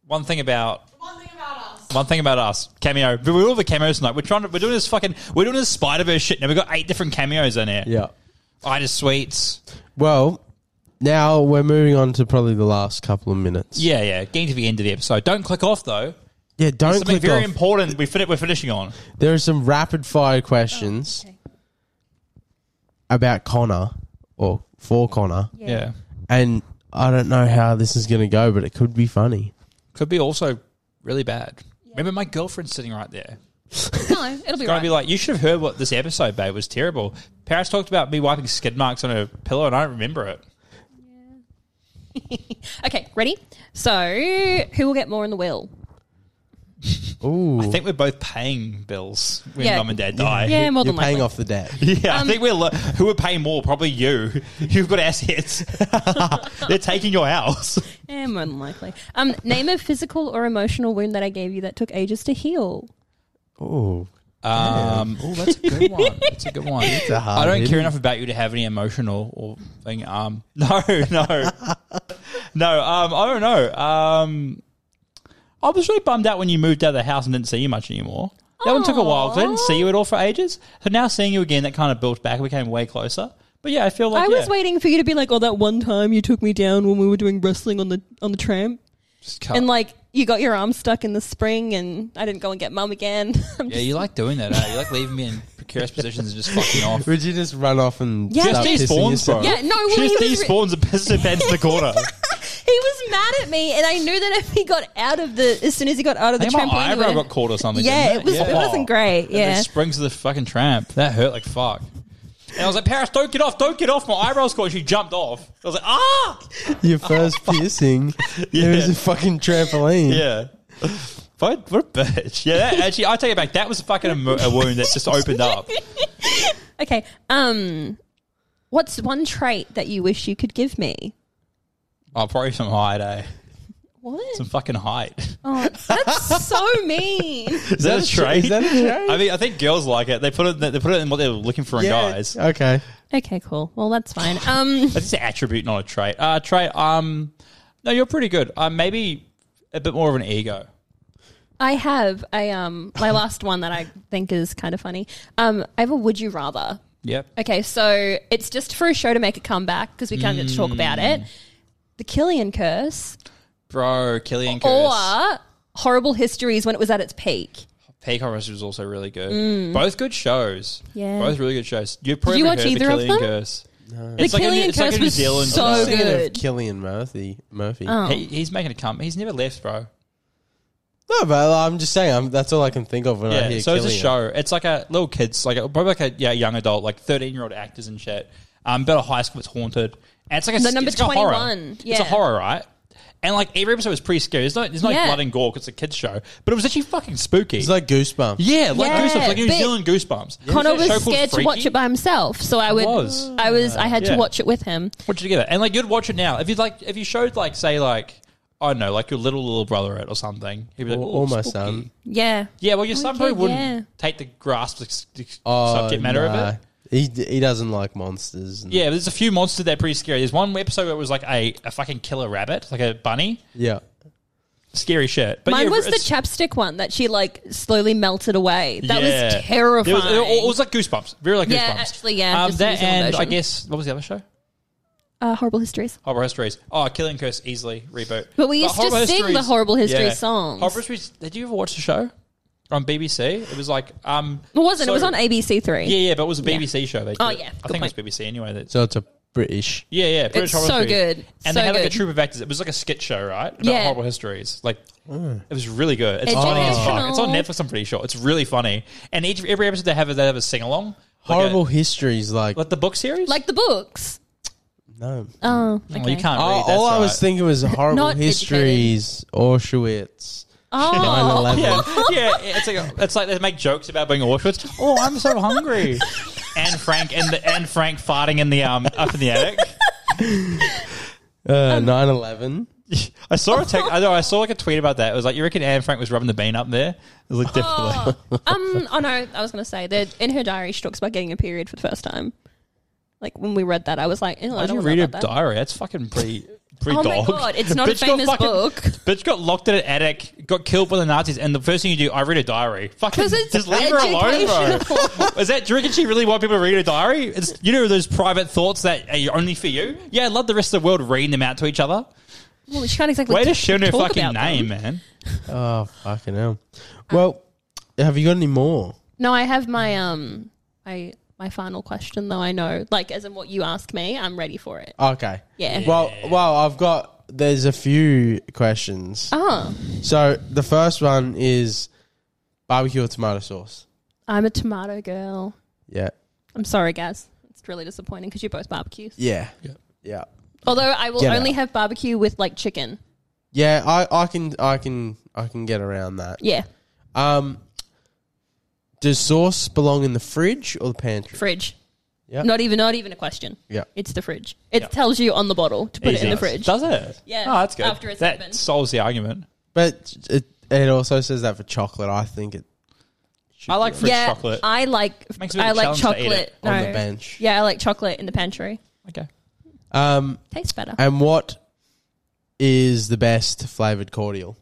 Speaker 2: One thing about
Speaker 4: One thing about us.
Speaker 2: one thing about us cameo. We all have a cameo tonight. We're trying to we're doing this fucking we're doing this Spider Verse shit now. We've got eight different cameos in here.
Speaker 1: Yeah.
Speaker 2: Ida Sweets.
Speaker 1: Well, now we're moving on to probably the last couple of minutes.
Speaker 2: Yeah, yeah. Getting to the end of the episode. Don't click off though.
Speaker 1: Yeah, don't
Speaker 2: something
Speaker 1: click
Speaker 2: very
Speaker 1: off.
Speaker 2: important we fin- we're finishing on.
Speaker 1: There are some rapid fire questions
Speaker 3: Oh, Okay.
Speaker 1: about Connor or for Connor,
Speaker 3: Yeah.
Speaker 1: and I don't know how this is going to go, but it could be funny.
Speaker 2: Could be also really bad. Remember my girlfriend's sitting right there.
Speaker 3: No, it'll be
Speaker 2: Gonna
Speaker 3: right.
Speaker 2: be like, you should have heard what this episode, babe, was terrible. Paris talked about me wiping skid marks on her pillow and I don't remember it.
Speaker 3: okay, ready? So, who will get more in the will?
Speaker 1: Ooh,
Speaker 2: I think we're both paying bills when
Speaker 3: Yeah.
Speaker 2: mum and dad die. Yeah,
Speaker 3: Yeah, more
Speaker 1: you're
Speaker 3: than
Speaker 1: paying
Speaker 3: likely.
Speaker 1: off the debt.
Speaker 2: I think we're lo- who are paying more, probably you. You've got assets. They're taking your house.
Speaker 3: Yeah, more than likely. Um, name a physical or emotional wound that I gave you that took ages to heal.
Speaker 1: Ooh,
Speaker 2: Um, oh, that's a good one. That's a good one.
Speaker 1: a hard
Speaker 2: I don't
Speaker 1: hit.
Speaker 2: care enough about you to have any emotional or thing. Um, no, no, no. Um, I don't know. Um, I was really bummed out when you moved out of the house and didn't see you much anymore. That one took a while. 'cause I didn't see you at all for ages. So now seeing you again, that kind of built back. We came way closer. But yeah, I feel like
Speaker 3: I was
Speaker 2: yeah,
Speaker 3: waiting for you to be like, "Oh, that one time you took me down when we were doing wrestling on the on the tram,"
Speaker 2: just cut.
Speaker 3: and like you got your arm stuck in the spring, and I didn't go and get mum again. I'm
Speaker 2: Yeah, you like doing that. Eh? You like leaving me in precarious positions and just fucking off.
Speaker 1: Would you just run off and
Speaker 3: Yeah,
Speaker 1: start
Speaker 3: Just
Speaker 1: pissing
Speaker 2: despawns,
Speaker 1: yourself?
Speaker 2: bro.
Speaker 3: Yeah, no, well,
Speaker 2: she
Speaker 3: he was
Speaker 2: just
Speaker 3: re-
Speaker 2: despawns and pisses her pants in the corner.
Speaker 3: he was mad at me, and I knew that if he got out of the, as soon as he got out of
Speaker 2: I
Speaker 3: the
Speaker 2: think my
Speaker 3: trampoline, he
Speaker 2: eyebrow
Speaker 3: would've-
Speaker 2: got caught or something.
Speaker 3: Yeah,
Speaker 2: didn't
Speaker 3: it was. It wasn't great.
Speaker 2: And then
Speaker 3: Yeah,
Speaker 2: springs to the fucking tramp. That hurt like fuck. And I was like, Paris, don't get off, don't get off. My eyebrow's caught. She jumped off. I was like, ah!
Speaker 1: Your first piercing, yeah. it was a fucking trampoline.
Speaker 2: Yeah. What, what a bitch. Yeah, that, actually, I take it back. That was fucking a, mo- a wound that's just opened up.
Speaker 3: Okay. Um, what's one trait that you wish you could give me?
Speaker 2: Oh, probably some height, eh?
Speaker 3: What?
Speaker 2: Some fucking height.
Speaker 3: Oh, that's so mean.
Speaker 2: Is that, a trait?
Speaker 1: Is that a trait?
Speaker 2: I mean, I think girls like it. They put it. They put it in what they're looking for in guys.
Speaker 1: Okay.
Speaker 3: Okay, cool. Well, that's fine. Um,
Speaker 2: That's just an attribute, not a trait. Uh, trait. Um, no, you're pretty good. Uh, maybe a bit more of an ego.
Speaker 3: I have a um, my last one that I think is kind of funny. Um, I have a would you rather.
Speaker 2: Yep.
Speaker 3: Okay, so it's just for a show to make a comeback because we can't get to
Speaker 2: Mm.
Speaker 3: talk about it. The Killian curse,
Speaker 2: Bro, Killian Curse.
Speaker 3: or horrible histories when it was at its peak.
Speaker 2: Peacock Rush was also really good. Both good shows.
Speaker 3: Mm. Yeah.
Speaker 2: Both really good shows. You've probably
Speaker 3: you watch
Speaker 2: heard
Speaker 3: either
Speaker 2: the
Speaker 3: of
Speaker 2: Killian
Speaker 3: them?
Speaker 2: Curse. No.
Speaker 3: The Killian Curse was so
Speaker 1: I'm thinking of
Speaker 3: good.
Speaker 1: Killian Murphy. Murphy.
Speaker 3: Oh.
Speaker 2: He, he's making a come. He's never left, bro.
Speaker 1: No, but I'm just saying. I'm, that's all I can think of when I
Speaker 2: Yeah,
Speaker 1: hear.
Speaker 2: so it's a
Speaker 1: Killian.
Speaker 2: show. It's like a little kids, like a, probably like a yeah, young adult, like thirteen year old actors and shit. Um, about a high school that's haunted, and it's like a
Speaker 3: The
Speaker 2: it's
Speaker 3: number
Speaker 2: like a horror.
Speaker 3: 21,
Speaker 2: It's a
Speaker 3: yeah.
Speaker 2: horror, right? And like every episode was pretty scary. There's no, there's no
Speaker 3: Yeah.
Speaker 2: blood and gore. 'cause It's a kids show, but it was actually fucking spooky.
Speaker 1: It's like Goosebumps.
Speaker 2: yeah, like
Speaker 3: Yeah,
Speaker 2: goosebumps, like New
Speaker 3: but-
Speaker 2: Zealand goosebumps.
Speaker 3: Connor
Speaker 2: There's that show
Speaker 3: was
Speaker 2: called
Speaker 3: scared to
Speaker 2: Freaky.
Speaker 3: watch it by himself, so I would.
Speaker 2: was.
Speaker 3: I was. I had
Speaker 2: Yeah.
Speaker 3: to watch it with him.
Speaker 2: Watch it together, and like you'd watch it now. If you like, if you showed like say like I don't know, like your little little brother it or something, he'd be like,
Speaker 1: Or,
Speaker 2: "Ooh,
Speaker 1: or my
Speaker 2: spooky."
Speaker 1: son.
Speaker 3: Yeah.
Speaker 2: Yeah, well, your son probably
Speaker 3: Oh, yeah.
Speaker 2: wouldn't take the grasp the, the
Speaker 1: Oh,
Speaker 2: subject matter
Speaker 1: nah.
Speaker 2: of it.
Speaker 1: He he doesn't like monsters. and-
Speaker 2: Yeah, there's a few monsters that are pretty scary. There's one episode where it was like a, a fucking killer rabbit, like a bunny.
Speaker 1: yeah.
Speaker 2: Scary shit. But
Speaker 3: Mine
Speaker 2: yeah,
Speaker 3: was the
Speaker 2: it's-
Speaker 3: chapstick one that she like slowly melted away. That
Speaker 2: yeah.
Speaker 3: was terrifying.
Speaker 2: It was, it was like goosebumps. Very like
Speaker 3: Yeah,
Speaker 2: goosebumps.
Speaker 3: actually, yeah,
Speaker 2: Um,
Speaker 3: just the New
Speaker 2: that
Speaker 3: Zealand
Speaker 2: and I
Speaker 3: version.
Speaker 2: guess what was the other show?
Speaker 3: uh, horrible histories.
Speaker 2: Horrible Histories. Oh, Killing Curse easily reboot.
Speaker 3: But we used to
Speaker 2: Horrible
Speaker 3: sing the Horrible Histories songs.
Speaker 2: Horrible Histories. Did you ever watch the show on BBC? It was like um,
Speaker 3: It wasn't.
Speaker 2: so-
Speaker 3: it was on ABC Three.
Speaker 2: Yeah, yeah, but it was a BBC show. They
Speaker 3: Oh,
Speaker 2: did.
Speaker 3: yeah,
Speaker 2: I
Speaker 3: good
Speaker 2: think
Speaker 3: point.
Speaker 2: it was BBC anyway. That's,
Speaker 1: So it's a British.
Speaker 2: yeah, yeah, British
Speaker 3: It's
Speaker 2: Horrible
Speaker 3: so
Speaker 2: Histories.
Speaker 3: good.
Speaker 2: And
Speaker 3: So
Speaker 2: they had like
Speaker 3: good.
Speaker 2: a troop of actors. It was like a skit show, right? About
Speaker 3: Yeah.
Speaker 2: Horrible Histories. Like
Speaker 1: Mm.
Speaker 2: it was really good. It's
Speaker 3: It's
Speaker 2: funny as fuck.
Speaker 3: educational.
Speaker 2: It's on Netflix. I'm pretty sure. It's really funny. And each every episode they have a- they have a sing along.
Speaker 1: Horrible histories, like
Speaker 2: Like the book series?
Speaker 3: like the books.
Speaker 1: no.
Speaker 3: Oh,
Speaker 2: Oh, you
Speaker 3: okay.
Speaker 2: can't read.
Speaker 1: all
Speaker 2: that's
Speaker 1: all I
Speaker 2: right.
Speaker 1: was thinking was horrible
Speaker 3: Not
Speaker 1: histories, Auschwitz, nine
Speaker 3: Oh,
Speaker 1: eleven.
Speaker 2: Yeah, yeah. It's like it's like they make jokes about being Auschwitz. Oh, I'm so hungry. and Frank and the, and Frank farting in the um up in the attic.
Speaker 1: Uh, 9/11.
Speaker 2: I saw a tech, I, know, I saw like a tweet about that. It was like you reckon Anne Frank was rubbing the bean up there. It was like definitely.
Speaker 3: oh. um. Oh no, I was going to say that in her diary she talks about getting a period for the first time. Like when we read that, I was like, oh, I
Speaker 2: Why'd
Speaker 3: don't
Speaker 2: you
Speaker 3: know
Speaker 2: read a
Speaker 3: about that.
Speaker 2: diary? That's fucking pretty. pretty
Speaker 3: Oh my
Speaker 2: dog.
Speaker 3: God, it's not a
Speaker 2: got
Speaker 3: famous
Speaker 2: fucking-
Speaker 3: book.
Speaker 2: Bitch got locked in an attic, got killed by the Nazis, and the first thing you do, I read a diary. Fucking
Speaker 3: 'Cause it's
Speaker 2: just leave her alone, bro. Is that? Do you reckon she really want people to read a diary? It's you know those private thoughts that are only for you. Yeah, I love the rest of the world reading them out to each other.
Speaker 3: Well, she can't exactly.
Speaker 2: Way to
Speaker 3: t-
Speaker 2: shun her
Speaker 3: talk
Speaker 2: fucking
Speaker 3: about them.
Speaker 2: name, man.
Speaker 1: Oh fucking hell! Well, have you got any more?
Speaker 3: No, I have my um my my final question though. I know, like as in what you ask me, I'm ready for it.
Speaker 1: Okay.
Speaker 3: Yeah.
Speaker 1: Well, well, I've got. There's a few questions.
Speaker 3: Oh,
Speaker 1: So the first one is barbecue or tomato sauce.
Speaker 3: I'm a tomato girl.
Speaker 1: Yeah.
Speaker 3: I'm sorry, guys. It's really disappointing because you both barbecues.
Speaker 1: Yeah. Yeah. Yeah.
Speaker 3: Although I will
Speaker 1: Get
Speaker 3: only
Speaker 1: out.
Speaker 3: have barbecue with like chicken.
Speaker 1: Yeah. I, I can I can I can get around that.
Speaker 3: Yeah,
Speaker 1: Um, does sauce belong in the fridge or the pantry?
Speaker 3: fridge.
Speaker 1: Yeah.
Speaker 3: Not even not even a question.
Speaker 1: Yeah.
Speaker 3: It's the fridge. It tells you on the bottle to put it in the
Speaker 2: Easy.
Speaker 3: fridge.
Speaker 2: does it?
Speaker 3: Yeah,
Speaker 2: Oh, that's good.
Speaker 3: after it's
Speaker 2: that
Speaker 3: open.
Speaker 2: solves the argument.
Speaker 1: But it it also says that for chocolate. I think it
Speaker 2: I like fridge
Speaker 3: yeah,
Speaker 2: chocolate.
Speaker 3: I like
Speaker 2: Makes it a bit
Speaker 3: I
Speaker 2: of a
Speaker 3: like
Speaker 2: challenge to eat
Speaker 3: chocolate
Speaker 2: it
Speaker 3: no.
Speaker 1: on the bench.
Speaker 3: Yeah, I like chocolate in the pantry.
Speaker 2: okay.
Speaker 1: Um,
Speaker 3: Tastes better.
Speaker 1: and what is the best flavored cordial?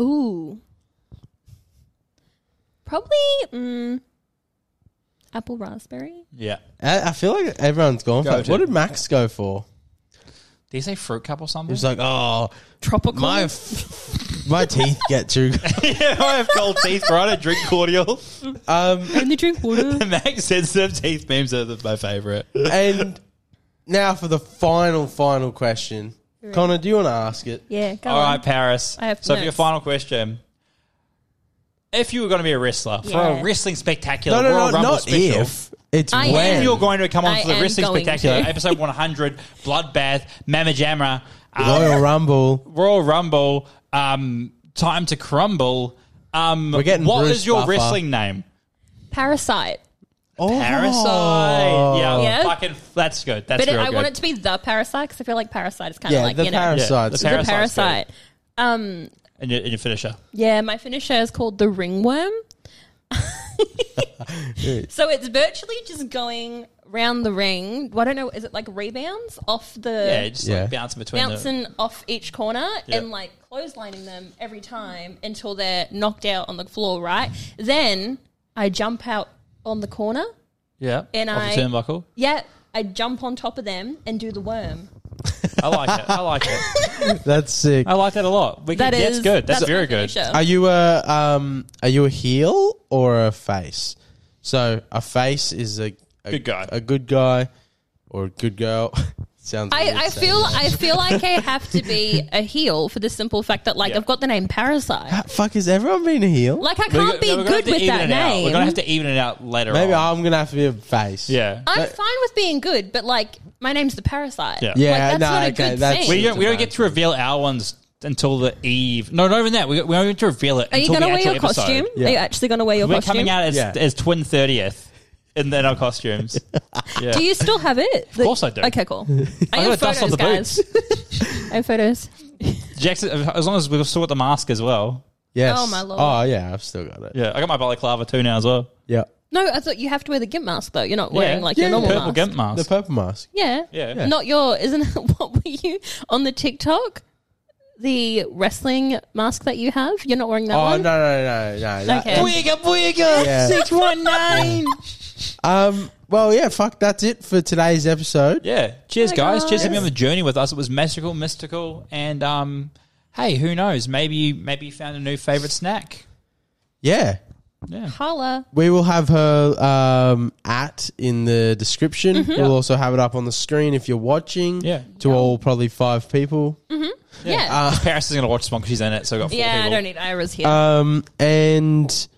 Speaker 3: Ooh. Probably mm, apple raspberry.
Speaker 2: Yeah.
Speaker 1: I, I feel like everyone's gone for.
Speaker 2: Go
Speaker 1: it.
Speaker 2: to-
Speaker 1: What did Max go for?
Speaker 2: Did you say fruit cup or something?
Speaker 1: He was like, oh,
Speaker 3: Tropical.
Speaker 1: my f- My teeth get too.
Speaker 2: yeah, I have cold teeth, bro. I don't drink cordial.
Speaker 1: Um,
Speaker 3: Only drink water.
Speaker 2: Max sensitive teeth memes are the, my favorite.
Speaker 1: and now for the final, final question. Connor, do you want to ask it?
Speaker 3: yeah, go
Speaker 2: All
Speaker 3: on.
Speaker 2: right, Paris.
Speaker 3: I have
Speaker 2: so, for
Speaker 3: notes.
Speaker 2: your final question, if you were going to be a wrestler for
Speaker 3: Yeah.
Speaker 2: a wrestling spectacular
Speaker 1: No, no,
Speaker 2: Royal
Speaker 1: no,
Speaker 2: Rumble
Speaker 1: not
Speaker 2: special,
Speaker 1: if. It's
Speaker 3: I
Speaker 1: when.
Speaker 3: am.
Speaker 2: you're going to come on
Speaker 3: I
Speaker 2: for the
Speaker 3: am
Speaker 2: wrestling
Speaker 3: going
Speaker 2: spectacular
Speaker 3: to.
Speaker 2: episode 100, Bloodbath, Mamma Jamma, um,
Speaker 1: Royal Rumble.
Speaker 2: Royal Rumble, um, Time to Crumble. Um,
Speaker 1: We're getting
Speaker 2: what
Speaker 1: Bruce
Speaker 2: is your
Speaker 1: Buffer.
Speaker 2: wrestling name?
Speaker 3: Parasite.
Speaker 1: Oh.
Speaker 2: Parasite. Yeah,
Speaker 3: Yeah.
Speaker 2: fucking. That's good. That's
Speaker 3: But it,
Speaker 2: real
Speaker 3: I
Speaker 2: good.
Speaker 3: want it to be the parasite because I feel like parasite is kind of
Speaker 1: Yeah,
Speaker 3: like
Speaker 1: the
Speaker 3: you know
Speaker 1: parasites.
Speaker 2: Yeah, the
Speaker 3: the
Speaker 2: Parasite's
Speaker 3: parasite. Um,
Speaker 2: and, your, and your finisher.
Speaker 3: yeah, my finisher is called the ringworm. so it's virtually just going round the ring. Well, I don't know. Is it like rebounds off
Speaker 2: Yeah,
Speaker 3: the
Speaker 2: just
Speaker 1: Yeah.
Speaker 2: like bouncing between the.
Speaker 3: bouncing off each corner
Speaker 2: Yeah.
Speaker 3: and like clotheslining them every time until they're knocked out on the floor? Right then, I jump out on the corner.
Speaker 2: Yeah,
Speaker 3: and
Speaker 2: off
Speaker 3: I-
Speaker 2: the turnbuckle.
Speaker 3: Yeah, I jump on top of them and do the worm.
Speaker 2: I like it. I like it.
Speaker 1: That's
Speaker 3: Uh,
Speaker 1: sick.
Speaker 2: I like that a lot. We
Speaker 3: That
Speaker 2: can,
Speaker 3: is
Speaker 2: that's good. That's,
Speaker 3: my
Speaker 2: very good.
Speaker 3: finisher.
Speaker 1: Are you a um? Are you a heel or a face? So a face is a, a
Speaker 2: Good guy.
Speaker 1: a good guy, or a good girl. Sounds. weird
Speaker 3: I, I
Speaker 1: saying
Speaker 3: feel
Speaker 1: that.
Speaker 3: I feel like I have to be a heel for the simple fact that like
Speaker 2: Yeah.
Speaker 3: I've got the name Parasite.
Speaker 1: Fuck, has everyone been a heel?
Speaker 3: Like I
Speaker 2: We're go-
Speaker 3: can't be
Speaker 2: no, we're gonna have
Speaker 3: good
Speaker 2: to
Speaker 3: with
Speaker 2: even
Speaker 3: that
Speaker 2: it out. We're
Speaker 3: name.
Speaker 2: gonna have to even it out later.
Speaker 1: Maybe
Speaker 2: on.
Speaker 1: I'm gonna have to be a face.
Speaker 2: Yeah.
Speaker 3: I'm fine with being good, but like my name's the Parasite.
Speaker 2: Yeah.
Speaker 1: Yeah,
Speaker 3: Like, that's
Speaker 1: no,
Speaker 3: not a
Speaker 1: okay,
Speaker 3: good
Speaker 1: that's-
Speaker 3: thing.
Speaker 2: we don't. We don't get to reveal our ones until the eve. No, not even that. We, we don't get to reveal it.
Speaker 3: Are you
Speaker 2: until
Speaker 3: gonna
Speaker 2: the
Speaker 3: wear
Speaker 2: actual
Speaker 3: your
Speaker 2: episode.
Speaker 3: costume?
Speaker 1: Yeah.
Speaker 3: Are you actually gonna wear your
Speaker 2: We're
Speaker 3: costume?
Speaker 2: coming out as,
Speaker 1: Yeah.
Speaker 2: as twin thirtieth, and then our costumes. Yeah.
Speaker 3: do you still have it? Of
Speaker 2: course I do.
Speaker 3: Okay, cool. I,
Speaker 2: I
Speaker 3: have
Speaker 2: got
Speaker 3: photos,
Speaker 2: dust on the
Speaker 3: guys.
Speaker 2: boots.
Speaker 3: I have photos.
Speaker 2: Jackson, as long as we've still got the mask as well.
Speaker 1: Yes.
Speaker 3: Oh, my lord.
Speaker 1: Oh yeah, I've still got it.
Speaker 2: Yeah, I got my balaclava too now as well.
Speaker 1: Yeah.
Speaker 3: No, I thought you have to wear the gimp mask though. You're not wearing like
Speaker 1: Yeah,
Speaker 3: your normal
Speaker 2: purple
Speaker 3: mask.
Speaker 2: gimp mask.
Speaker 1: The purple mask.
Speaker 3: Yeah.
Speaker 2: yeah.
Speaker 3: Not your, isn't it? What were you on the TikTok? The wrestling mask that you have? You're not wearing that
Speaker 1: Oh no
Speaker 3: one?
Speaker 1: no no no. that-
Speaker 3: Okay.
Speaker 2: Booyga, booyga,
Speaker 1: Yeah.
Speaker 2: 619.
Speaker 1: Um. Well, yeah. Fuck. That's it for today's episode.
Speaker 2: Yeah. Cheers,
Speaker 3: Hi,
Speaker 2: guys. Cheers
Speaker 3: guys.
Speaker 2: to being on the journey with us. It was magical, mystical, and um, hey, who knows? Maybe you maybe you found a new favorite snack.
Speaker 1: Yeah.
Speaker 2: Yeah.
Speaker 3: Holla.
Speaker 1: We will have her um, at in the description. We'll also have it up on the screen if you're watching.
Speaker 2: Mm-hmm. Yeah.
Speaker 1: To all probably five people.
Speaker 3: Yeah.
Speaker 1: Uh,
Speaker 2: Paris is going to watch this one because she's in it, so I got four
Speaker 3: yeah, I
Speaker 2: people.
Speaker 3: don't need Iris here.
Speaker 1: Um, and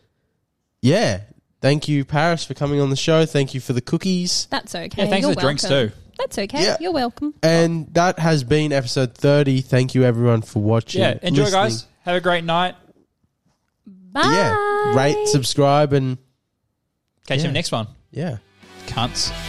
Speaker 1: yeah, thank you, Paris, for coming on the show. Thank you for the cookies.
Speaker 3: That's okay.
Speaker 2: yeah, thanks
Speaker 3: You're
Speaker 2: for the drinks
Speaker 3: welcome.
Speaker 2: too.
Speaker 3: That's okay.
Speaker 1: Yeah.
Speaker 3: You're welcome.
Speaker 1: And that has been episode 30. Thank you, everyone, for watching.
Speaker 2: Yeah, enjoy,
Speaker 1: listening.
Speaker 2: guys. Have a great night.
Speaker 3: Bye.
Speaker 1: Yeah. Rate, subscribe, and
Speaker 2: Catch you
Speaker 1: Yeah.
Speaker 2: in the next one.
Speaker 1: yeah.
Speaker 2: Cunts.